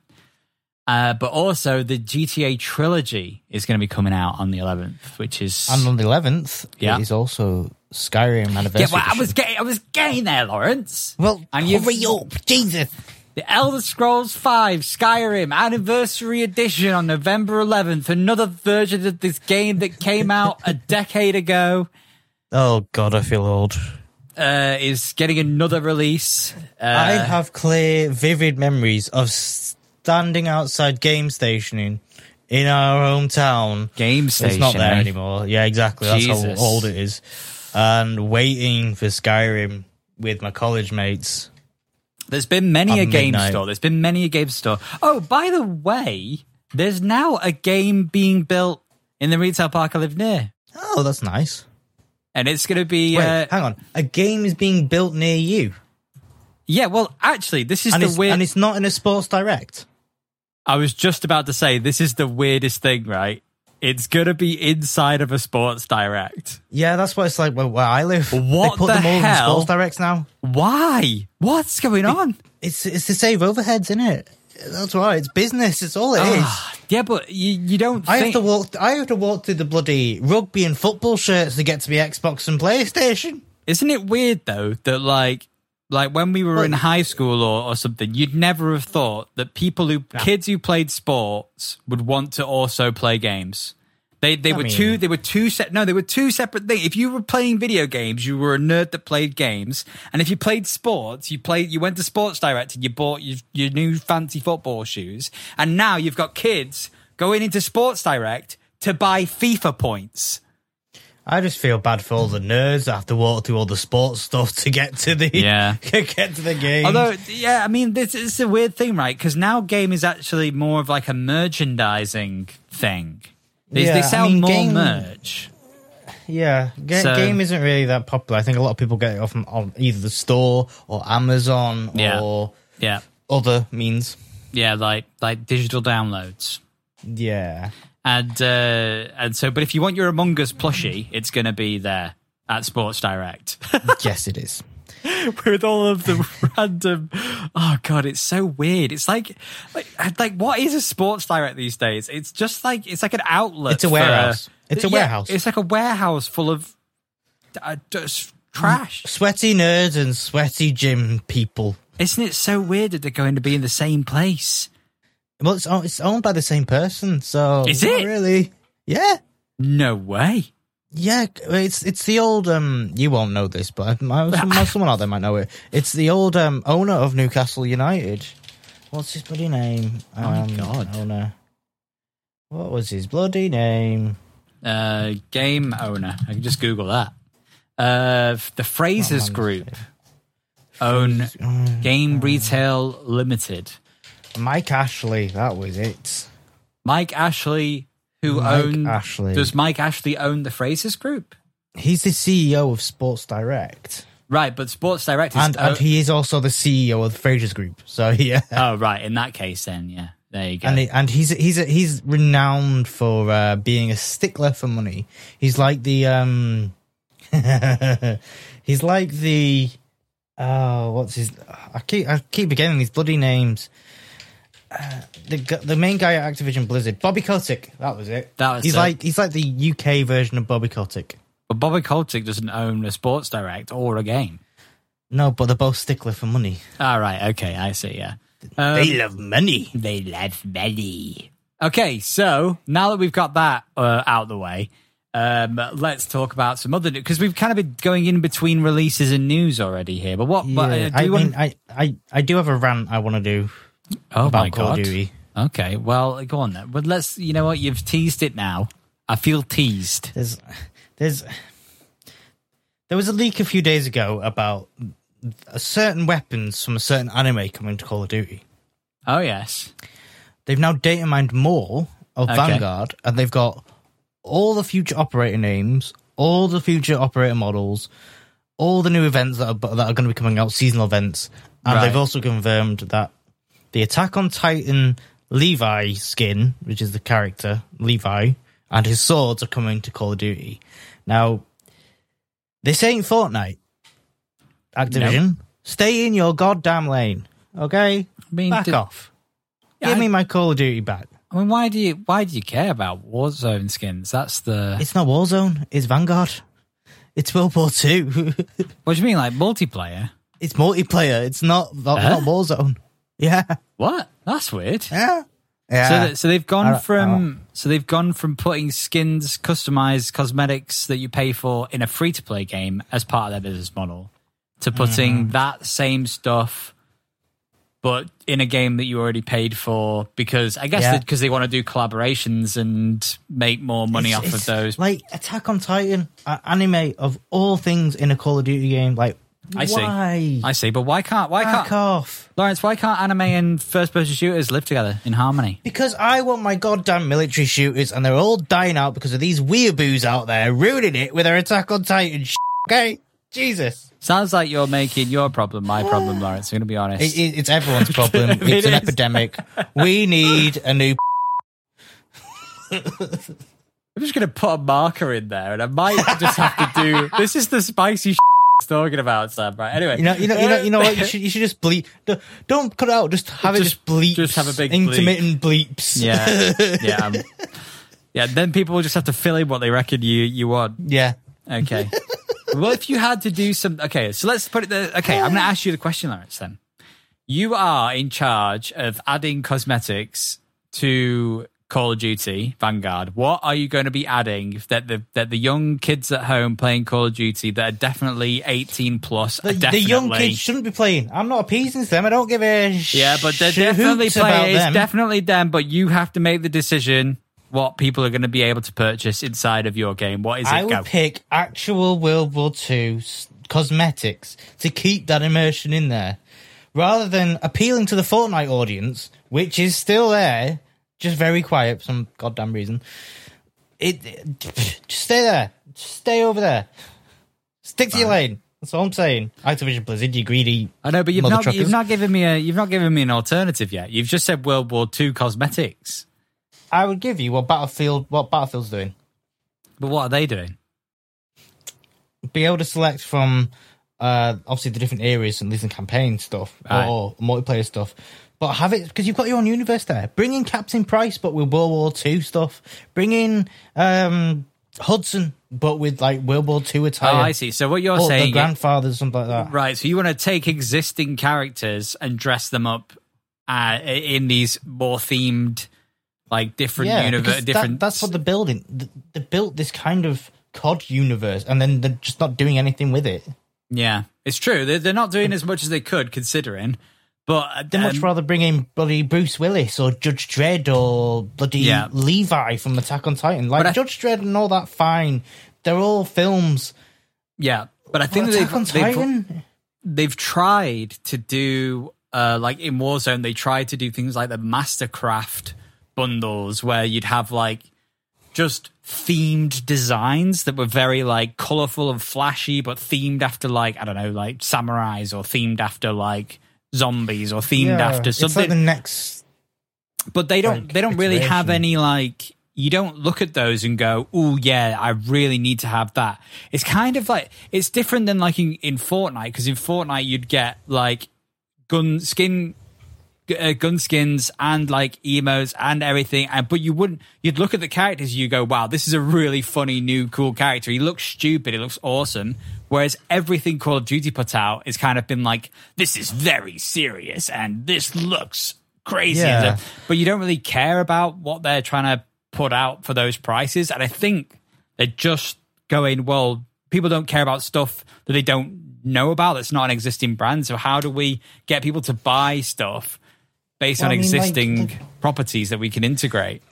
Uh, but also the GTA trilogy is going to be coming out on the 11th, which is
And on the eleventh,
Yeah.
it is also Skyrim anniversary.
yeah, well, I
Edition.
was getting I was getting there, Lawrence.
well,
and you've-
hurry up, Jesus!
The Elder Scrolls V Skyrim Anniversary Edition on November 11th. Another version of this game that came out a decade ago
Oh god, I feel old.
uh, is getting another release. Uh,
I have clear, vivid memories of standing outside game stationing in our hometown.
Game Station.
It's not there
eh?
anymore. Yeah, exactly. That's
Jesus.
how old it is. And waiting for Skyrim with my college mates.
There's been many
At
a game
midnight.
store. There's been many a game store. Oh, by the way, there's now a game being built in the retail park I live near,
Oh, that's nice.
and it's going to be.
Wait,
uh,
hang on. A game is being built near you,
yeah, well, actually, this is
and
the
it's,
weird.
and it's not in a Sports Direct.
I was just about to say this is the weirdest thing, right? It's going to be inside of a Sports Direct.
Yeah, that's what it's like where, where I live.
What
they put
the
them all
hell?
in Sports Directs now.
Why? What's going on?
It's it's to save overheads, isn't it? That's why it's business. It's all it is.
Ah, yeah, but you, you don't.
I have
think-
to walk. I have to walk through the bloody rugby and football shirts to get to the Xbox and PlayStation.
Isn't it weird though that like like when we were in high school or, or something, you'd never have thought that people who kids who played sports would want to also play games. They they were
mean-
two they were two set no they were two separate things. If you were playing video games, you were a nerd that played games, and if you played sports, you played you went to Sports Direct and you bought your, your new fancy football shoes, and now you've got kids going into Sports Direct to buy FIFA points.
I just feel bad for all the nerds that have to walk through all the sports stuff to get to the
Yeah.
get to the game.
Although, yeah, I mean, this is a weird thing, right? Because now game is actually more of like a merchandising thing. They,
Yeah,
they
I
sell
mean,
more
game-
merch.
yeah, ga-
So-
game isn't really that popular. I think a lot of people get it off on, on either the store or Amazon
Yeah.
or
Yeah,
other means.
yeah, like like digital downloads.
Yeah,
And uh, and so, but if you want your Among Us plushie, it's going to be there at Sports Direct
yes, it is.
with all of the random. Oh god, it's so weird. It's like, like, like what is a Sports Direct these days? It's just like it's like an outlet.
It's a
for-
warehouse. It's a
Yeah,
warehouse.
It's like a warehouse full of uh, just trash.
Sweaty nerds and sweaty gym people.
Isn't it so weird that they're going to be in the same place?
Well, it's owned, it's owned by the same person, so
Is
not
it?
really? Yeah.
No way.
Yeah, it's it's the old um. You won't know this, but my, some- someone out there might know it. It's the old um owner of Newcastle United. What's his bloody name? Um,
Oh my God.
owner. What was his bloody name?
Uh, game owner. I can just Google that. Uh, the Frasers Group own Game Retail Limited.
Mike Ashley. That was it.
Mike Ashley, who
Mike
owned
Ashley.
does Mike Ashley own the Frasers Group?
He's the CEO of Sports Direct,
Right, but Sports Direct is
and
oh,
and he is also the CEO of the Frasers Group. So yeah,
oh, right. In that case, then yeah, there you go.
and he, and he's he's he's renowned for uh, being a stickler for money. He's like the um, he's like the oh, what's his? I keep I keep forgetting these bloody names. Uh, the gu- the main guy at Activision Blizzard, Bobby Kotick. That was it.
That was
he's
it.
like he's like the UK version of Bobby Kotick.
but Bobby Kotick doesn't own a Sports Direct or a game.
No, but they're both stickler for money.
All right. Okay. I see. Yeah. Um,
they love money.
they love money. Okay. So now that we've got that uh, out the way, um, let's talk about some other because we've kind of been going in between releases and news already here. But what? but,
Yeah,
uh, do
I
you
mean,
want?
I, I I do have a rant I want to do
Oh
about
my
Call
god.
of Duty.
Okay. Well, go on then. But let's. You know what? You've teased it now. I feel teased.
there's there's there was a leak a few days ago about a certain weapons from a certain anime coming to Call of Duty.
Oh yes.
They've now data mined more of
Okay.
Vanguard, and they've got all the future operator names, all the future operator models, all the new events that are that are going to be coming out, seasonal events, and
Right.
they've also confirmed that the Attack on Titan Levi skin, which is the character Levi, and his swords are coming to Call of Duty. Now, this ain't Fortnite. Activision, stay in your goddamn lane, okay?
I mean,
Back
did-
off.
Yeah,
Give
I-
me my Call of Duty back.
I mean, why do you why do you care about Warzone skins? That's the
It's not Warzone. It's Vanguard. It's World War Two.
what do you mean, like multiplayer?
it's multiplayer. It's not not,
Huh?
not Warzone. Yeah,
What? That's weird.
yeah, yeah.
So, that, so they've
I
gone
don't-
from so they've gone from putting skins, customized cosmetics that you pay for in a free to play game as part of their business model, to putting
Mm-hmm.
that same stuff, but in a game that you already paid for because I guess
Yeah.
because they want to do collaborations and make more money
It's-
off
it's
of those.
Like Attack on Titan, a- anime of all things in a Call of Duty game. Like,
I see.
why?
I see, but why can't why
Back
can't
off.
Lawrence? Why can't anime and first person shooters live together in harmony?
Because I want my goddamn military shooters, and they're all dying out because of these weeaboos out there ruining it with their Attack on Titan. Sh- okay, Jesus,
Sounds like you're making your problem my problem, Lawrence. I'm gonna be honest.
it, it, it's everyone's problem. it's
It
an
is.
epidemic. We need a new.
I'm just going to put a marker in there, and I might just have to do. This is the spicy shit it's talking about, Sam. Right? Anyway,
You know, you know, you know, you know what? You should, you should just bleep. Don't- Don't cut it out. Just have it
Just-
just bleep.
just have a big bleep.
intermittent bleeps.
yeah, yeah, um, yeah. Then people will just have to fill in what they reckon you you want.
yeah.
Okay. well, if you had to do some, okay. So let's put it. There. Okay, I'm going to
Uh.
ask you the question, Lawrence. Then you are in charge of adding cosmetics to Call of Duty Vanguard. What are you going to be adding that the that the young kids at home playing Call of Duty that are definitely 18 plus? are
The, the young
Oh, definitely-
kids shouldn't be playing. I'm not appeasing to them. I don't give a
Yeah, but they're
shit
definitely
hoots about
playing. It's
them.
definitely them, but you have to make the decision what people are going to be able to purchase inside of your game. What is it?
I
Gav?
would pick actual World War II s- cosmetics to keep that immersion in there, rather than appealing to the Fortnite audience, which is still there, just very quiet for some goddamn reason. It, it- just stay there, just stay over there, stick to your lane. That's all I'm saying. Activision Blizzard, you greedy.
I know, but you've not,
motherfuckers.
you've not given me a you've not given me an alternative yet. You've just said World War II cosmetics,
I would give you what Battlefield, what Battlefield's doing.
but what are they doing?
be able to select from uh, obviously the different areas and least in campaign stuff
Right.
or multiplayer stuff. But have it because you've got your own universe there. Bring in Captain Price, but with World War Two stuff. Bring in um, Hudson, but with like World War Two
Oh,
attire.
I see. So what you're
Or the
saying,
grandfather, something like that.
right? So you want to take existing characters and dress them up uh, in these more themed, like different
Yeah,
universe,
because that-
different.
that's what they're building. Th- They built this kind of COD universe, and then they're just not doing anything with it.
yeah, it's true. They're, they're not doing as much as they could, considering. But
I'd much
um,
rather bring in bloody Bruce Willis or Judge Dredd or bloody
Yeah.
Levi from Attack on Titan. Like
But I-
Judge Dredd and all that, fine. They're all films.
Yeah, but I think
But
that
Attack on
they've, they've
Titan.
they've tried to do uh, like in Warzone they tried to do things like the Mastercraft bundles where you'd have like just themed designs that were very like colorful and flashy, but themed after like I don't know like samurais or themed after like zombies or themed
Yeah,
after
It's like
something
the next.
but they don't
like,
they don't really have
iteration.
any like you don't look at those and go oh yeah i really need to have that it's kind of like it's different than like in, in fortnite because in fortnite you'd get like gun skin g- uh, gun skins and like emos and everything and but you wouldn't you'd look at the characters you go wow this is a really funny new cool character he looks stupid he looks awesome whereas everything call of duty put out has kind of been like this is very serious and this looks crazy
Yeah.
And so- but you don't really care about what they're trying to put out for those prices and i think they're just going well people don't care about stuff that they don't know about that's not an existing brand so how do we get people to buy stuff based
Well,
on
I mean, like,
existing
like-
properties that we can integrate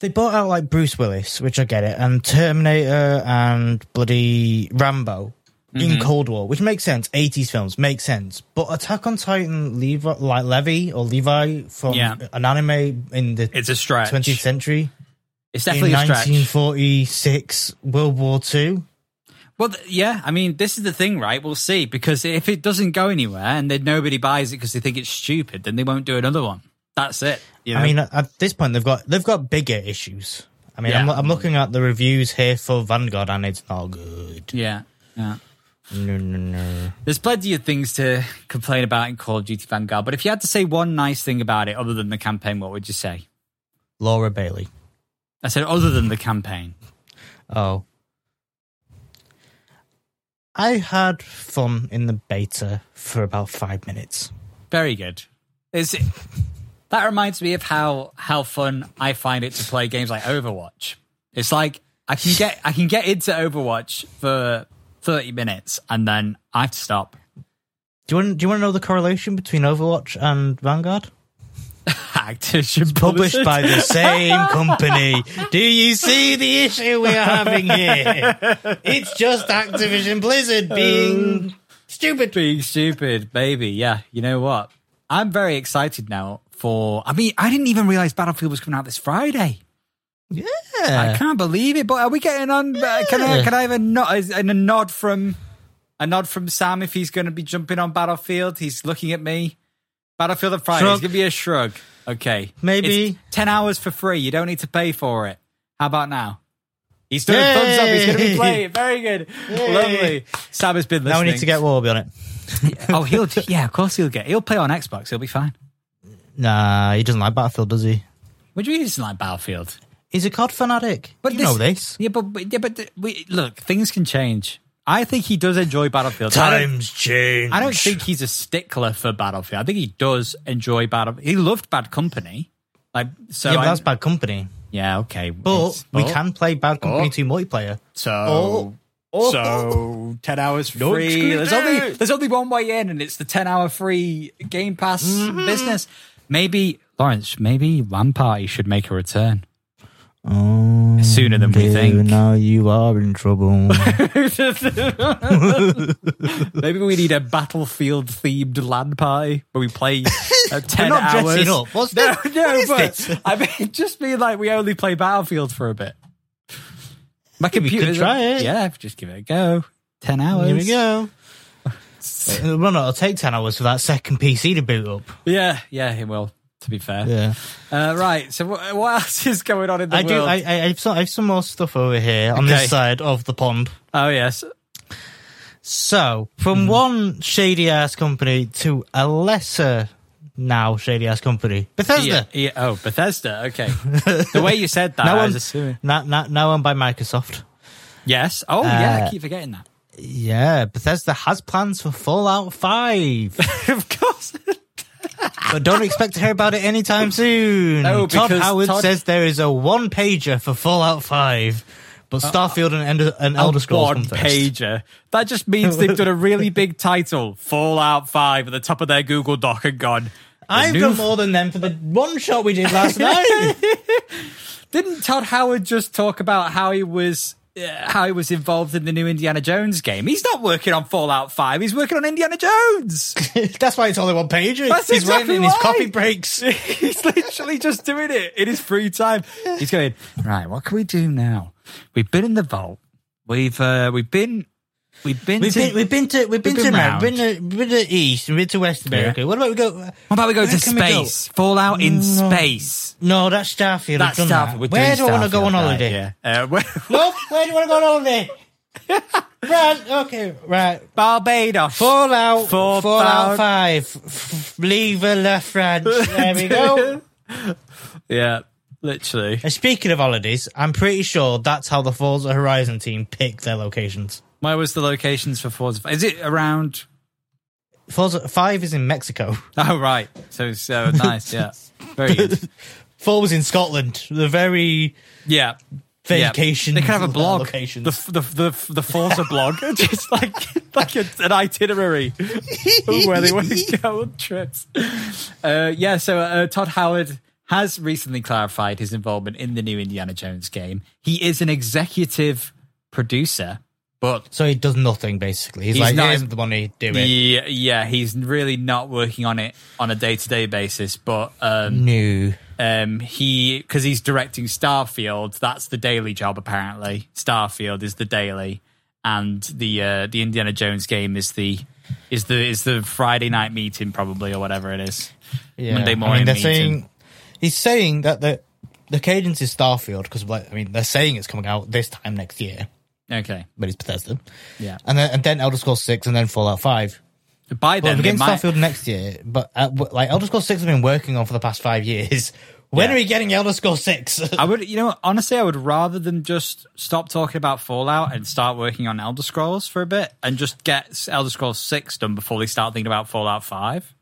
They bought out like Bruce Willis, which I get it, and Terminator and bloody Rambo
Mm-hmm.
in Cold War, which makes sense. 80s films makes sense. But Attack on Titan, Levi, like Levy or Levi from
Yeah.
an anime in the
it's a stretch
20th century.
it's
in
definitely a stretch
1946 World War Two.
well th- yeah i mean this is the thing right we'll see because if it doesn't go anywhere and then nobody buys it because they think it's stupid then they won't do another one that's it you know?
I mean, at, at this point, they've got they've got bigger issues. I mean, I'm,
Yeah.
I'm looking at the reviews here for Vanguard, and it's not good.
yeah yeah
No, no, no.
There's plenty of things to complain about in Call of Duty Vanguard, but if you had to say one nice thing about it other than the campaign, what would you say?
Laura Bailey.
I said other than the campaign.
Oh, I had fun in the beta for about five minutes.
Very good. It's, that reminds me of how how fun I find it to play games like Overwatch. It's like I can get I can get into Overwatch for thirty minutes and then I have to stop.
Do you want? Do you want to know the correlation between Overwatch and Vanguard?
Activision
Published
Blizzard.
by the same company. Do you see the issue we are having here? It's just Activision
Uh,
Blizzard being stupid.
being stupid, baby. Yeah, you know what? I'm very excited now for. I mean, I didn't even realize Battlefield was coming out this Friday. I
Yeah.
can't believe it. But are we getting on? uh, Can I? Can I have a nod? is- And a nod from a nod from Sam if he's going to be jumping on Battlefield. He's looking at me. Battlefield on Friday.
Shrug.
Give me a shrug. Okay,
Maybe.
It's ten hours for free. You don't need to pay for it. How about now? He's doing
Yay!
thumbs up. He's going to be playing. Very good. Lovely. Sam has been
Now
listening.
we need to get Warby on it.
oh, he'll yeah, of course he'll get. He'll play on Xbox. He'll be fine.
Nah, he doesn't like Battlefield, does he?
What do you mean he doesn't like Battlefield?
He's a COD fanatic. But you know this.
Yeah, but but- yeah, but th- we, look, things can change. I think he does enjoy Battlefield. I don't,
change.
I don't think he's a stickler for Battlefield. I think he does enjoy Battlefield. He loved Bad Company. Like so,
Yeah, but
I-
that's bad company.
yeah, okay.
But
it's-
we
but-
can play Bad Company
Oh.
2 multiplayer.
So.
Oh.
So ten hours
No
free. There's
excuse
only
me.
there's only one way in, and it's the ten hour free Game Pass
Mm-hmm.
business. Maybe Lawrence, maybe One Party should make a return.
Oh,
Sooner than we think.
Now you are in trouble.
Maybe we need a battlefield themed land party where we play uh, 10
not
hours.
dressing up. What's
no,
this?
no,
What is
but
this?
I mean, just mean like we only play battlefield for a bit. My
could
computer.
try it.
Yeah, just give it a go. 10 hours.
Here we go. Uh, Well, no, it'll take 10 hours for that second PC to boot up.
Yeah, yeah, it will, to be fair. Uh, right, so what, what else is going on in the
I do.
world?
I, I, I've, some, I've some more stuff over here on
Okay.
this side of the pond.
oh, yes.
So, from one shady ass company to a lesser now shady ass company, Bethesda.
Yeah, Uh, yeah, oh, Bethesda. Okay. the way you said that,
Now
I
I'm-
was assuming.
Now, now, now owned by Microsoft.
Yes. Oh, yeah, I
Uh,
keep forgetting that.
Yeah, Bethesda has plans for Fallout 5,
of course.
but don't expect to hear about it anytime soon.
No,
Todd
because
Howard
Todd-
says there is a one pager for Fallout 5, but
Uh,
Starfield and, Ender, and Elder Scrolls
one
come first.
pager. That just means they've done a really big title, Fallout Five, at the top of their Google Doc and gone. the
I've
new-
done more than them for the one shot we did last night.
Didn't Todd Howard just talk about how he was uh, how he was involved in the new Indiana Jones game? He's not working on Fallout Five. He's working on Indiana Jones.
That's why it's only one pager.
That's
He's
exactly
writing in his
why.
coffee breaks.
He's literally just doing it in his free time. He's going right. What can we do now? We've been in the vault. We've uh, we've been we've been
We've
to,
been, we've been to we've been,
been
to
round.
America, we've been to, we've been to East, we've been to West America. What about we go?
What about we go
Where
to
can we go? Mm.
space? Fallout in space.
No, that's Starfield.
That's
I've done
Starfield.
that.
We're
Where do
doing
I want to go
Starfield,
on
right,
holiday?
yeah. Uh, well,
Nope. Where do you want to go on holiday? right. Okay. Right.
Barbados.
Fallout.
Fallout.
Fallout, Five. F- Leave a la France. There we go.
yeah, literally.
And speaking of holidays, I'm pretty sure that's how the Falls Horizon team picked their locations.
Where was the locations for Forza? Is it around?
Forza Five is in Mexico.
Oh, right. So, so nice. Yeah. Very good.
Four was in Scotland. The very
Yeah. Yeah.
vacation.
They
uh,
could have a blog.
Locations.
The the the the Forza blog, just like like a, an itinerary of where they want to go on trips. Uh, yeah, so uh, Todd Howard has recently clarified his involvement in the new Indiana Jones game. He is an executive producer, but
so he does nothing basically. He's,
He's
like,
not-
here's the money. Do it.
yeah, yeah, he's really not working on it on a day to day basis. But um,
No.
um, he because he's directing Starfield. That's the daily job apparently. Starfield is the daily, and the uh, the Indiana Jones game is the is the is the Friday night meeting probably or whatever it is.
Yeah.
Monday
I
morning
mean, they're
meeting.
saying he's saying that the the cadence is Starfield because like I mean they're saying it's coming out this time next year,
Okay,
but it's Bethesda.
yeah.
And then and then Elder Scrolls Six and then Fallout Five.
By
Well,
then,
we're
they
getting
might,
Starfield next year, but uh, w- like Elder Scrolls Six has been working on for the past five years. When
Yeah.
are we getting Elder Scrolls Six?
I would, you know, honestly, I would rather them just stop talking about Fallout and start working on Elder Scrolls for a bit, and just get Elder Scrolls Six done before they start thinking about Fallout Five.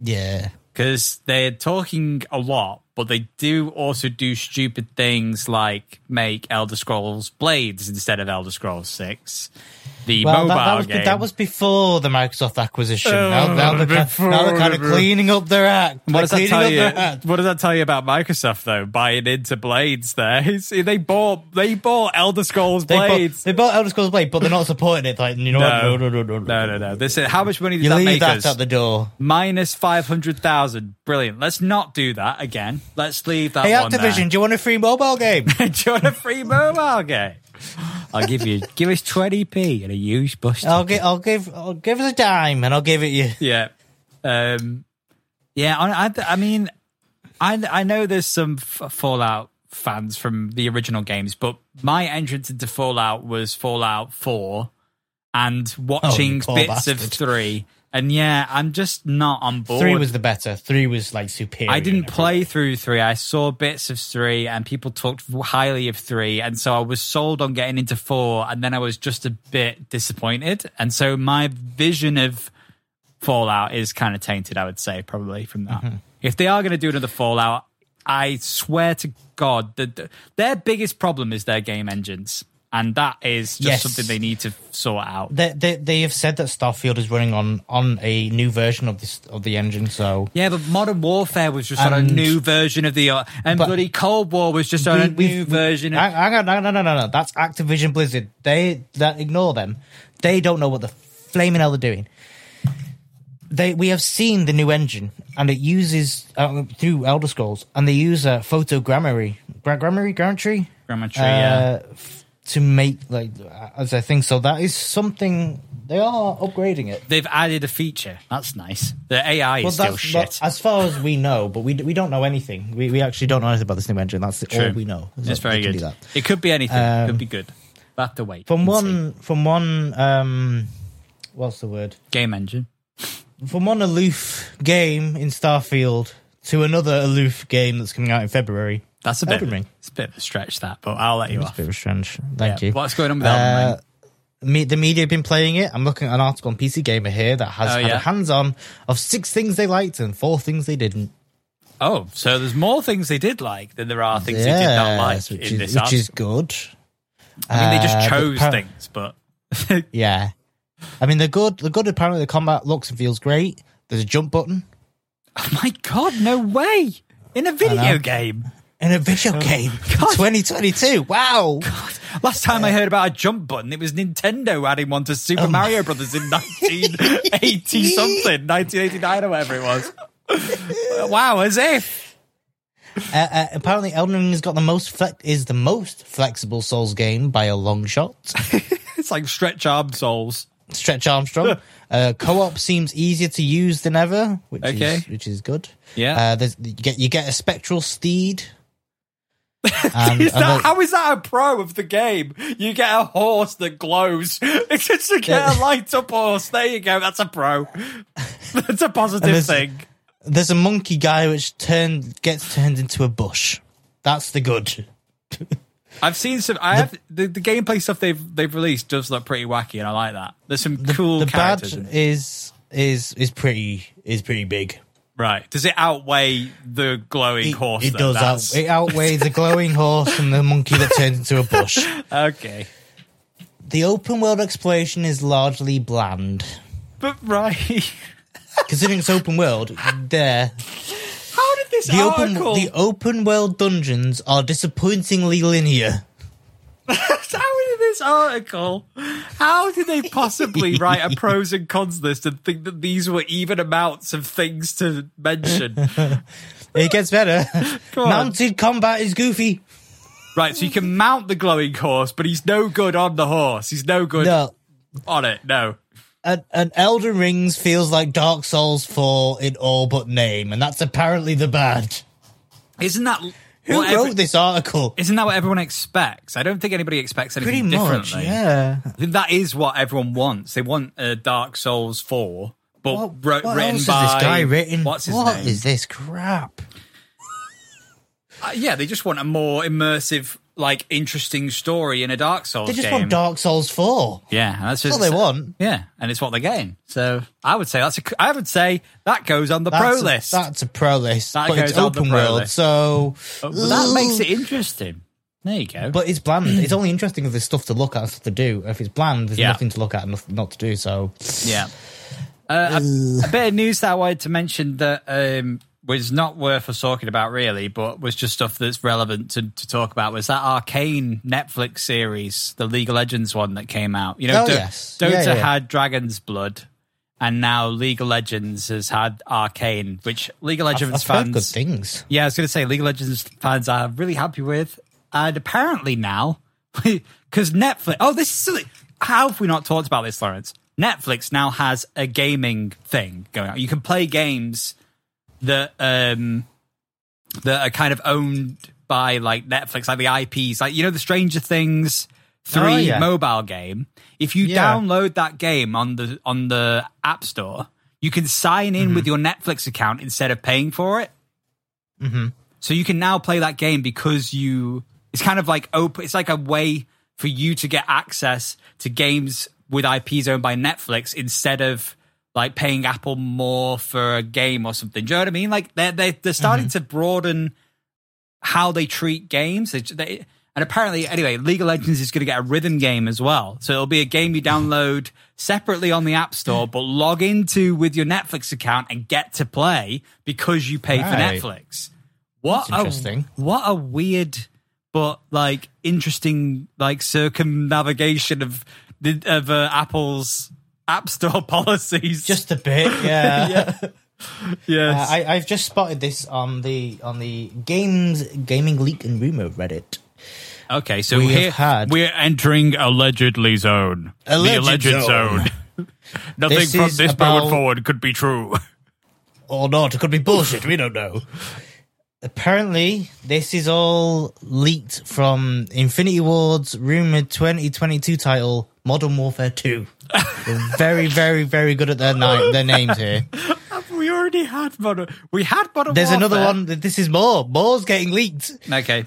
yeah.
because they're talking a lot, but they do also do stupid things like make Elder Scrolls Blades instead of Elder Scrolls Six, the
Well,
mobile
that, that was,
game.
that was before the Microsoft acquisition. now,
Oh,
now they're, ki-
before
now they're kind of
the-
cleaning up their act.
What does,
They're
that
cleaning
tell
up
you?
their act.
what does that tell you about Microsoft though? Buying into Blades, there See, they bought they bought Elder Scrolls
They bought,
Blades.
they bought Elder Scrolls Blade, but they're not supporting it. Like, you know
No.
what? No, no, no, no,
no, no, no. They said, how much money did
You
that
leave
make
that
us?
at the door.
Minus five hundred thousand. Brilliant. Let's not do that again. Let's leave that
Hey,
one
Activision, do you want a free mobile game?
there. do you want a free mobile game? I'll give you give us twenty p and a used bus.
I'll give, I'll give, I'll give us a dime, and I'll give it you.
Yeah, um, yeah. I, I, I mean, I I know there's some f- Fallout fans from the original games, but my entrance into Fallout was Fallout Four, and watching
Oh, poor
bits of
bastard.
three. And yeah, I'm just not on board.
Three was the better. Three was like superior.
I didn't
in
play through three. I saw bits of three, and people talked highly of three, and so I was sold on getting into four, and then I was just a bit disappointed, and so my vision of Fallout is kind of tainted. I would say probably from that.
Mm-hmm.
If they are going to do another Fallout, I swear to God that th- their biggest problem is their game engines, and that is just
Yes.
something they need to sort out.
They, they, they have said that Starfield is running on on a new version of this of the engine. So
Yeah, but Modern Warfare was just on a
And-
new version of the, uh, and
But-
bloody Cold War was just on a
We- we-
new
we-
version. Of,
Hang, hang on, no, no, no, no, no. That's Activision Blizzard. They that ignore them. They don't know what the flaming hell they're doing. They we have seen the new engine, and it uses uh, through Elder Scrolls, and they use uh, photogrammetry, gra- grammetry, grammetry,
Grammar Tree, yeah.
uh, f- to make like as I think. So that is something they are upgrading it.
They've added a feature. That's nice. The AI is still
that's
shit.
but as far as we know, but we we don't know anything. We we actually don't know anything about this new engine. That's all we know.
It's
So
very
they can
good.
do that. Um,
It could be anything. it could be good. We'll have to wait. and
From
see.
one from one um, what's the word?
game engine.
From one aloof game in Starfield to another aloof game that's coming out in February.
That's a bit.
Elden Ring.
It's a bit of a stretch that, but I'll let you
It's a
off.
bit of strange. Thank
Yeah.
you.
What's going on with
Uh,
Elden Ring?
me, the media have been playing it. I'm looking at an article on PC Gamer here that has
Oh,
had
yeah.
a hands-on of six things they liked and four things they didn't.
Oh, so there's more things they did like than there are things they did not like
Yes, which
in
is,
this
which
article.
is good.
I mean, they
Uh,
just
but
chose
par-
things, but
Yeah. I mean, they're good. They're good. Apparently, the combat looks and feels great. There's a jump button
oh my god, no way! In a video
know.
game.
in a video game. 2022. Wow.
Last time
Uh,
I heard about a jump button, it was Nintendo adding one to
Oh.
Super Mario Brothers in 1980 something, 1989 or whatever it was. wow, as if.
Uh, uh, apparently, Elden Ring has got the most flex- is the most flexible Souls game by a long shot.
It's like stretch arm souls.
Stretch Armstrong. uh, co-op seems easier to use than ever, which
Okay.
is which is good.
Yeah.
Uh, there's, you get you get a spectral steed. Um,
Is
and
that,
the-
how is that a pro of the game? You get a horse that glows. It's just to get a light up horse. There you go. That's a pro. That's a positive
there's-
thing.
There's a monkey guy which turned gets turned into a bush. That's the good.
I've seen some. I have the, the gameplay stuff they've they've released does look pretty wacky, and I like that. There's some cool
the
characters. in
bad is is is pretty is pretty big.
Right. Does it outweigh the glowing
It,
horse?
it
though?
does out,
That's-
it outweighs the glowing horse and the monkey that turns into a bush.
okay.
The open world exploration is largely bland,
But right.
considering it's open world. There,
How did this
the open
article?
the open world dungeons are disappointingly linear.
how did this article? How did they possibly write a pros and cons list and think that these were even amounts of things to mention?
It gets better.
on.
Mounted combat is goofy.
right. So you can mount the glowing horse, but he's no good on the horse. He's no good
No,
on it. No.
and, and Elden Rings feels like Dark Souls 4 in all but name, and that's apparently the bad.
Isn't that
Who
what every-
wrote this article?
Isn't that what everyone expects? I don't think anybody expects
Pretty
anything
much,
differently.
yeah.
I think that is what everyone wants. They want a Dark Souls four, but
What,
wro-
what
written
else is
by
this guy written?
What's his
What
name?
is this crap?
Uh, yeah, they just want a more immersive like interesting story in a Dark Souls
They just
game.
want Dark Souls Four.
yeah, and that's just
That's all they want.
Yeah, and it's what they're getting. So I would say that's a, I would say that goes on the pro
That's a,
list.
That's a pro list,
That
but
goes
it's
on the
open
pro
world,
list.
so
But that makes it interesting. There you go.
But it's bland. it's only interesting if there's stuff to look at, and stuff to do. If it's bland, there's
Yeah.
nothing to look at, and nothing not to do. So
Yeah. Uh, a, a bit of news that I wanted to mention that um, was not worth us talking about really, but was just stuff that's relevant to, to talk about was that Arcane Netflix series, the League of Legends one that came out. You know,
Oh,
Do-
yes.
Dota
Yeah, yeah, yeah.
had Dragon's Blood, and now League of Legends has had Arcane, which League of
I've
Legends
heard good
fans.
things.
Yeah, I was going to say League of Legends fans are really happy with, and apparently now because Netflix. Oh, this is silly. how have we not talked about this, Lawrence? Netflix now has a gaming thing going on. You can play games that um that are kind of owned by like Netflix, like the IPs, like you know the Stranger Things three
Oh, yeah.
mobile game. If you
Yeah.
download that game on the on the App Store, you can sign in with your Netflix account instead of paying for it. So you can now play that game because you. It's kind of like open. It's like a way for you to get access to games with IPs owned by Netflix instead of like paying Apple more for a game or something. Do you know what I mean? Like they're they're, they're starting to broaden how they treat games. They, they, and apparently, anyway, League of Legends is going to get a rhythm game as well. So it'll be a game you download separately on the App Store, but log into with your Netflix account and get to play because you pay
Right.
for Netflix. What
That's interesting.
A, what a weird, but like interesting, like circumnavigation of the of uh, Apple's App Store policies.
Just a bit, yeah.
yes.
Uh, I, I've just spotted this on the on the games gaming leak and rumor Reddit.
Okay, so
We have
here
had-
we're entering allegedly zone.
Alleged zone.
Nothing
This
from
is
this
about-
moment forward could be true.
Or not, Oh, it could be bullshit. We don't know. Apparently, this is all leaked from Infinity Ward's rumored 2022 title, Modern Warfare 2. They're very, very, very good at their ni- their names here.
we already had modern. We had modern.
There's another one. that- This is more. More's getting leaked.
Okay.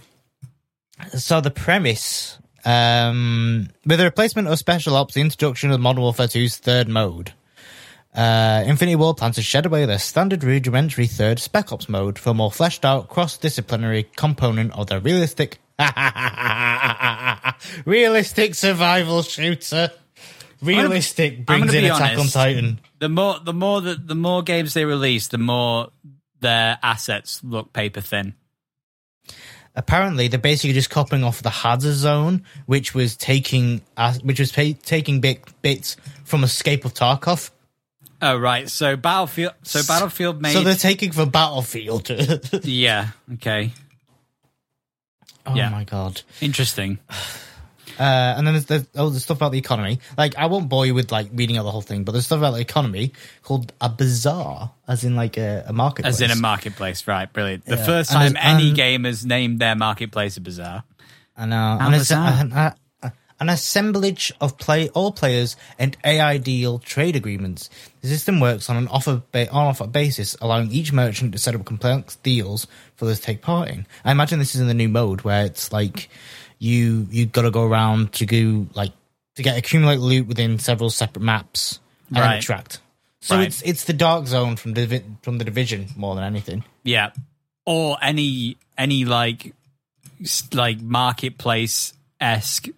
So the premise, um, with the replacement of special ops, the introduction of Modern Warfare 2's third mode, uh, Infinity War plans to shed away their standard rudimentary third Spec Ops mode for a more fleshed out cross-disciplinary component of their realistic, realistic survival shooter. Realistic
I'm gonna
brings in
be
Attack
honest.
on Titan.
The more, the more that the more games they release, the more their assets look paper thin.
apparently they're basically just copying off the Hazard Zone, which was taking as- which was pa- taking bit, bits from Escape of Tarkov.
Oh right. So battlefield. So battlefield made.
So they're taking from Battlefield. oh
yeah. Okay. Yeah.
my god!
Interesting.
Uh, and then there's, there's oh there's stuff about the economy. Like I won't bore you with like reading out the whole thing, but there's stuff about the economy called a bazaar, as in like a, a market,
As in a marketplace, right? Brilliant. The first
And
time
there's-
any
and-
game has named their marketplace a bazaar.
I know. An, as-
bizarre.
an, a- an assemblage of play all players and AI deal trade agreements. The system works on an offer ba- on offer basis, allowing each merchant to set up complex deals for those to take part in. I imagine this is in the new mode where it's like you you got to go around to go like to get accumulate loot within several separate maps and
Right.
extract. So
Right.
it's it's the dark zone from Divi- from the division more than anything.
Yeah, or any any like s- like marketplace esque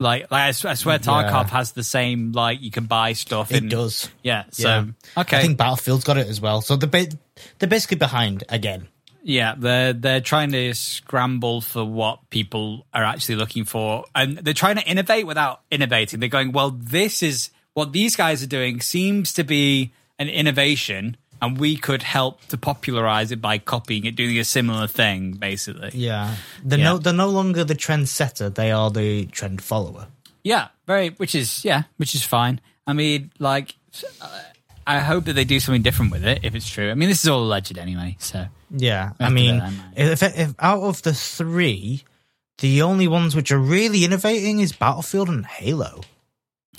like like I, s- I swear Tarkov
Yeah.
has the same like you can buy stuff.
It
in,
does.
Yeah. So
Yeah.
okay.
I think Battlefield's got it as well. So they're, ba- they're basically behind again.
yeah, they're they're trying to scramble for what people are actually looking for, and they're trying to innovate without innovating. They're going, well, this is what these guys are doing seems to be an innovation. And we could help to popularize it by copying it, doing a similar thing, basically.
Yeah. They're,
Yeah.
No, they're no longer the trendsetter, they are the trend follower.
Yeah, very. Which is yeah, which is fine. I mean, like, uh, I hope that they do something different with it if it's true. I mean, this is all alleged anyway, so
Yeah. I
After
mean,
that, I might.
if, if out of the three, the only ones which are really innovating is Battlefield and Halo.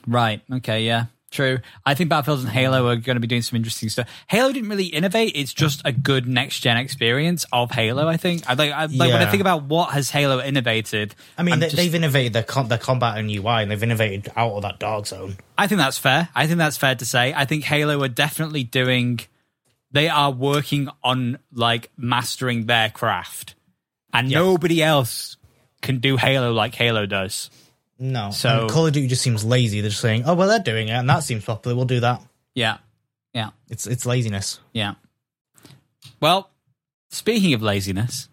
right, okay, yeah, true. I think Battlefield and Halo are going to be doing some interesting stuff. Halo didn't really innovate; it's just a good next gen experience of Halo. I think. I like, I, like when I
Yeah.
think about what has Halo innovated.
I mean,
I'm
they,
just-
they've innovated their, com- their combat and UI, and they've innovated out of that dark zone.
I think that's fair. I think that's fair to say. I think Halo are definitely doing. They are working on like mastering their craft, and nobody else can do Halo like Halo does.
No,
So-
And Call of Duty just seems lazy. They're just saying, "Oh well, they're doing it, and that seems popular. We'll do that."
Yeah, yeah,
It's it's laziness.
yeah. Well, speaking of laziness,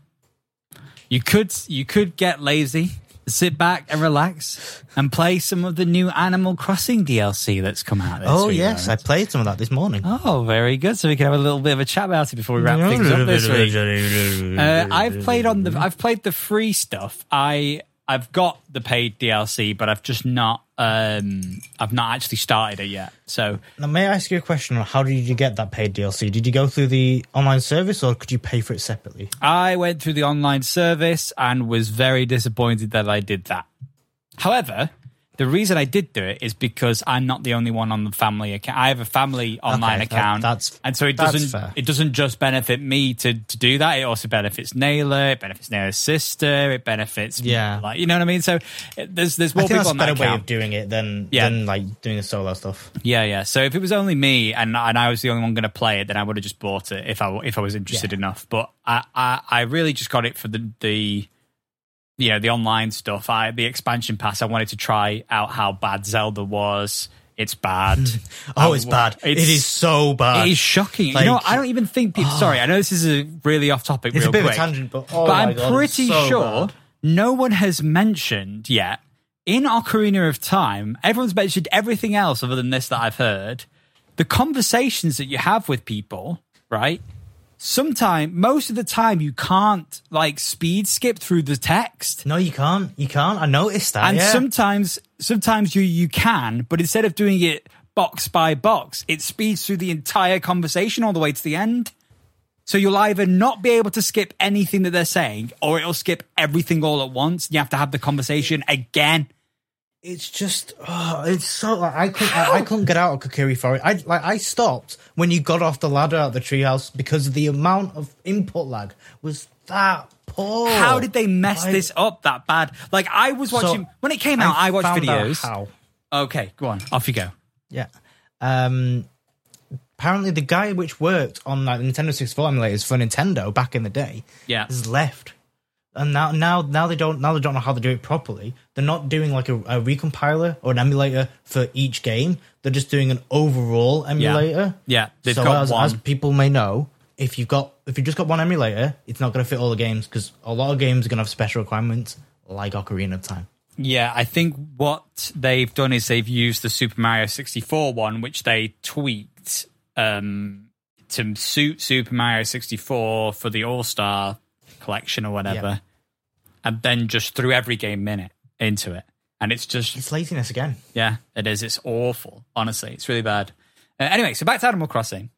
you could you could get lazy, sit back and relax, and play some of the new Animal Crossing DLC that's come out. This
oh
week,
yes,
Aaron.
I played some of that this morning.
Oh, very good. So we can have a little bit of a chat about it before we wrap things up this week.
Mm-hmm.
Uh, I've played on the I've played the free stuff. I I've got the paid DLC, but I've just not um I've not actually started it yet. So
Now, may I ask you a question? How did you get that paid DLC? Did you go through the online service, or could you pay for it separately?
I went through the online service and was very disappointed that I did that. However, the reason I did do it is because I'm not the only one on the family account. I have a family online
that-
account,
that's-
and so it
that's
doesn't
fair.
it doesn't just benefit me to to do that. It also benefits Naylor, it benefits Naylor's sister, it benefits
Yeah.
like you know what I mean. So it, there's there's
I
more
think
people
that's a
on that
better way
account.
of doing it than
Yeah.
than like doing the solo stuff.
Yeah, yeah. So if it was only me and and I was the only one going to play it, then I would have just bought it if I if I was interested
Yeah.
enough. But I, I I really just got it for the the you know the online stuff. I the expansion pass. I wanted to try out how bad Zelda was. It's bad.
Oh, it's bad. It's,
Uh, it's-
so bad.
it is shocking.
Like-
you know, I don't even think. People, Sorry, I know this is a really off topic.
It's
real
a bit
quick
of a tangent, but oh
but
my
I'm
God, it's
pretty
so
sure
bad.
no one has mentioned yet in Ocarina of Time. Everyone's mentioned everything else other than this that I've heard. The conversations that you have with people, right? Sometime, most of the time, you can't like speed skip through the text,
No, you can't. You can't. I noticed that.
and
yeah.
sometimes, sometimes you you can, but instead of doing it box by box, it speeds through the entire conversation all the way to the end. So you'll either not be able to skip anything that they're saying, or it'll skip everything all at once. You have to have the conversation again.
it's just oh, it's so like, I couldn't I, I couldn't get out of Kokiri Forest. I like I stopped when you got off the ladder out of the treehouse because the amount of input lag was that poor.
How did they mess
Oh, I-
this up that bad? Like I was
So,
watching when it came out. I, watched
found out
videos.
How?
Okay, go on. Off you go.
Yeah. Um. Apparently, the guy which worked on like, the Nintendo 64 emulators for Nintendo back in the day,
Yeah.
has left. And now, now, now they don't. Now they don't know how to do it properly. They're not doing like a, a recompiler or an emulator for each game. They're just doing an overall emulator.
Yeah, they've
so
got
as, as
one.
people may know, if you've got if you've just got one emulator, it's not going to fit all the games because a lot of games are going to have special requirements, like Ocarina of Time.
Yeah, I think what they've done is they've used the Super Mario 64 one, which they tweaked um, to suit Super Mario 64 for the All Star collection or whatever, and then just threw every game in it, into it. And it's just,
It's laziness again.
yeah, it is. It's awful. Honestly, it's really bad. Uh, anyway, so back to Animal Crossing.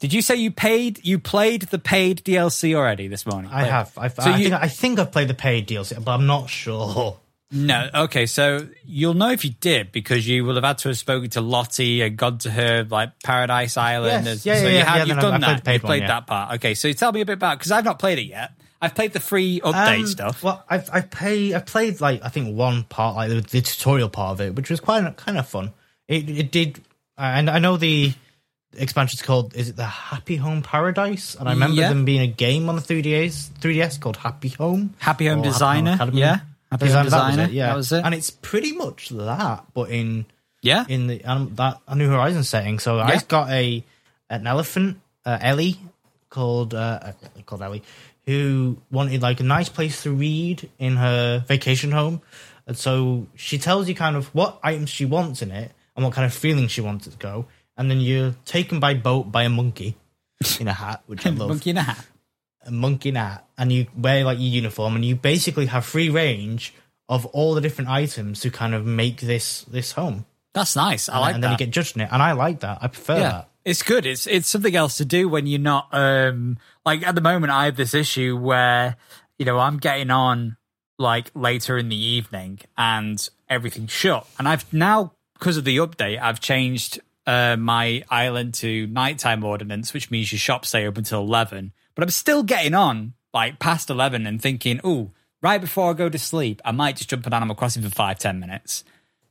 Did you say you paid? You played the paid DLC already this morning?
I have. I've, I,
you-
think, I think I've played the paid DLC, but I'm not sure.
No, okay, so you'll know if you did because you will have had to have spoken to Lottie and gone to her like Paradise Island.
Yes,
and-
yeah,
so
yeah,
you
yeah,
have
yeah,
you've
then I-
done
I
that.
played the paid
you played
one, yeah.
that part. Okay, so tell me a bit about because I've not played it yet. I've played the free update
Um,
stuff.
Well, I've I've played I've played like I think one part, like the, the tutorial part of it, which was quite kind of fun. It it did, and I know the expansion's called is it the Happy Home Paradise? And I remember
Yeah.
them being a game on the 3ds 3ds called Happy Home,
Happy Home
or
Designer,
Academy.
yeah. Happy Home
that was
Designer,
it, yeah,
that was it.
And it's pretty much that, but in
yeah,
in the um, that a New Horizons setting. So I
Yeah.
got a an elephant, uh, Ellie, called uh, uh, called Ellie, who wanted like a nice place to read in her vacation home, and so she tells you kind of what items she wants in it and what kind of feeling she wants it to go, and then you're taken by boat by a monkey in a hat, which I love
monkey in a hat.
a monkey hat and you wear like your uniform and you basically have free range of all the different items to kind of make this this home
That's nice. I like
and
that.
then you get judged on it. And I like that. I prefer
yeah.
that.
It's good. It's it's something else to do when you're not um like at the moment I have this issue where you know I'm getting on like later in the evening and everything's shut and I've now because of the update, I've changed uh, my island to nighttime ordinance, which means your shops stay open till 11. But I'm still getting on like past 11 and thinking, oh, right before I go to sleep, I might just jump on Animal Crossing for five, 10 minutes.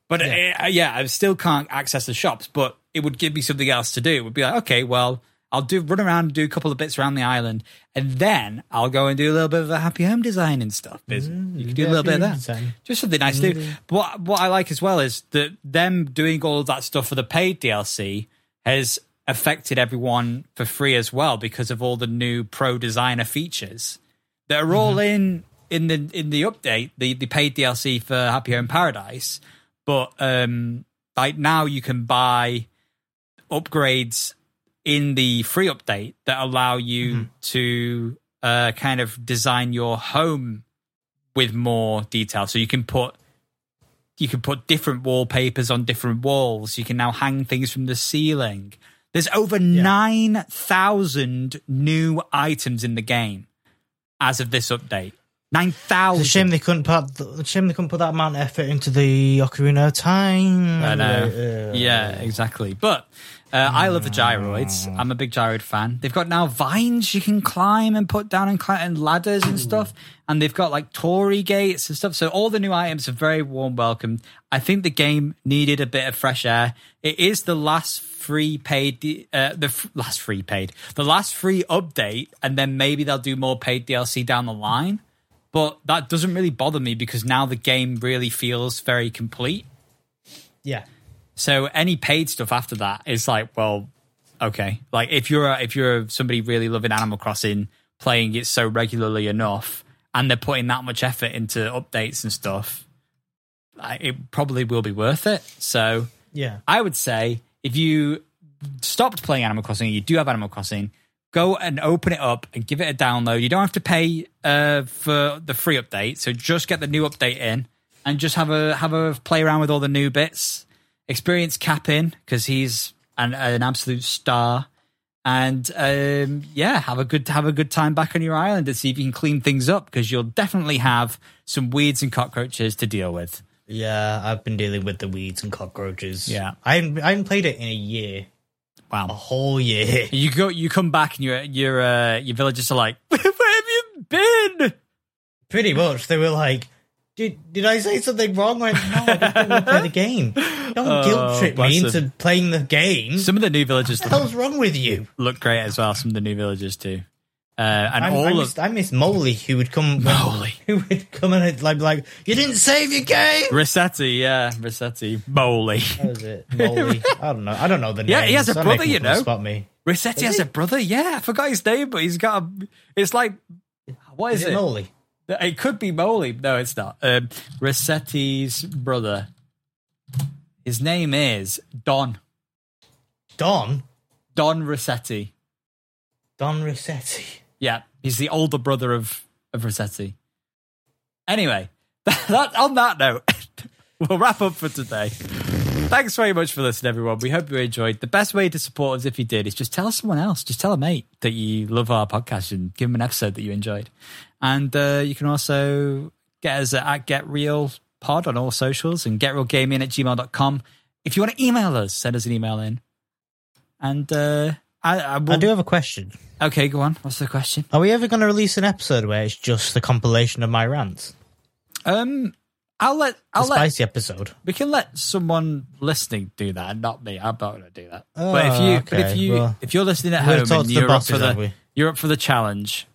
But yeah. uh, yeah, I still can't access the shops, but it would give me something else to do. It would be like, okay, well, I'll do run around and do a couple of bits around the island, and then I'll go and do a little bit of a happy home design and stuff. Mm, you can do a little bit of that, design. Mm-hmm. just something nice to do. But what, what I like as well is that them doing all of that stuff for the paid DLC has affected everyone for free as well because of all the new pro designer features that are all in in the in the update, the the paid DLC for Happy Home Paradise. But um, like now you can buy upgrades in the free update that allow you to uh, kind of design your home with more detail. So you can put you can put different wallpapers on different walls. You can now hang things from the ceiling. There's over nine thousand new items in the game as of this update. Nine
It's a
thousand.
shame they couldn't put the shame they couldn't put that amount of effort into the Ocarina of Time.
I know.
Uh,
Yeah, exactly. But uh, I love the gyroids. I'm a big gyroid fan. They've got now vines you can climb and put down and climb and ladders and stuff. And they've got like Tory gates and stuff. So all the new items are very warm welcome. I think the game needed a bit of fresh air. It is the last free paid, uh, the f- last free paid, the last free update. And then maybe they'll do more paid DLC down the line. But that doesn't really bother me because now the game really feels very complete.
Yeah.
So any paid stuff after that is like, well, okay. Like if you're a, if you're somebody really loving Animal Crossing, playing it so regularly enough, and they're putting that much effort into updates and stuff, like, it probably will be worth it. So
Yeah.
I would say if you stopped playing Animal Crossing, you do have Animal Crossing, go and open it up and give it a download. You don't have to pay uh, for the free update, so just get the new update in and just have a have a play around with all the new bits. Experience Capin because he's an, an absolute star, and um, yeah, have a good have a good time back on your island and see if you can clean things up because you'll definitely have some weeds and cockroaches to deal with.
Yeah, I've been dealing with the weeds and cockroaches.
Yeah.
I haven't, I haven't played it in a year,
Wow.
a whole year.
You go, you come back, and your your uh, your villagers are like, "Where have you been?"
Pretty much, they were like, "Did did I say something wrong?" I went, "No, I just didn't want to play the game. Don't guilt trip
Oh, bless
me
them.
into playing the game. What
Some of the new villagers
the
look,
hell's wrong with you?"
look great as well. Some of the new villagers do, uh, and
I,
all
I,
of
miss, I miss Molly, who would come,
Moly.
who would come and it'd like, be like, "You didn't save your game."
Rossetti, yeah, Rossetti, Bowley.
That was it, Molly? I don't know. I don't know the name.
Yeah, he has a brother, you know.
Spot me.
Rossetti has a brother. Yeah, I forgot his name, but he's got. A, it's like, what is,
Is it Molly?
it? It could be Moley. No, it's not. Um, Rossetti's brother. His name is Don.
Don.
Don Rossetti.
Don Rossetti.
Yeah, he's the older brother of of Rossetti. Anyway, that, on that note, we'll wrap up for today. Thanks very much for listening, everyone. We hope you enjoyed. The best way to support us, if you did, is just tell someone else. Just tell a mate that you love our podcast and give them an episode that you enjoyed. And uh, you can also get us at Get Real Pod on all socials and getrealgaming at gmail.com. If you want to email us, send us an email in. And uh, I, I will.
I do have a question.
Okay, go on. What's the question?
Are we ever going to release an episode where it's just the compilation of my rants?
Um, I'll let
A
I'll let
spicy episode.
we can let someone listening do that, not me. I'm not going to do that. but if you, but if
Oh, okay,
you,
well,
if you're listening at
we'll
home,
talk
and
to the
you're
bosses,
up
haven't
for the
we?
you're up for the challenge,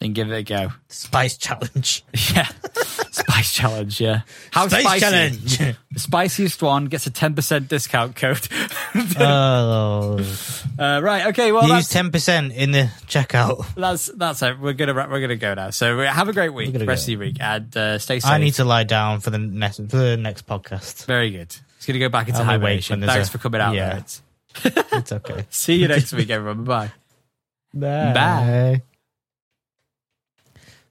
then give it a go.
Spice challenge.
Yeah, spice challenge. Yeah, how
Spice
spicy?
challenge.
The spiciest one gets a ten percent discount code.
oh,
uh, right. Okay. Well,
use
that's,
ten percent in the checkout.
that's that's it. We're gonna wrap- we're gonna go now. So uh, have a great week,
gonna
rest
go.
of your week, and uh, stay safe.
I need to lie down for the next for the next podcast.
Very good. It's gonna go back into
I'll be awake
hibernation.
when there's
Thanks
a-
for coming out.
yeah.
there. It's-
It's okay.
See you next week, everyone. Bye.
Bye.
Bye.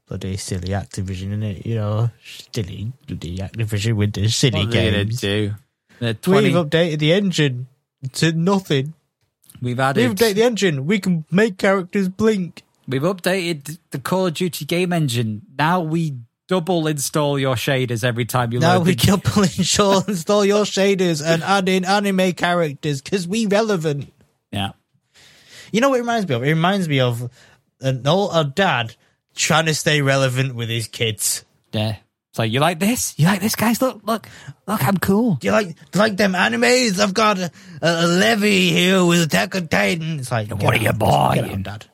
Bloody silly Activision, innit? You know, silly bloody Activision with the silly
What are they gonna
games.
do? They're
We've
20
updated the engine to nothing.
we've
We've
added.
updated the engine. We can make characters blink.
We've updated the Call of Duty game engine. Now we double install your shaders every time you
Now
load
we
the-
double install, install your shaders and add in anime characters because we relevant.
Yeah.
You know what it reminds me of? It reminds me of an old a dad trying to stay relevant with his kids.
Yeah. So you like this? You like this, guys? Look, look, look! I'm cool.
Do you like do you like them animes? I've got a, a Levy here with Attack on Titan. It's like
What are
get
you
on, get
buying?
on, Dad?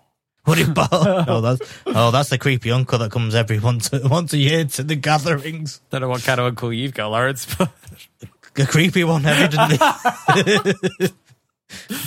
What are you buying? oh, that's oh, that's the creepy uncle that comes every once a, once a year to the gatherings.
Don't know what kind of uncle you've got, Lawrence. But
A creepy one, evidently.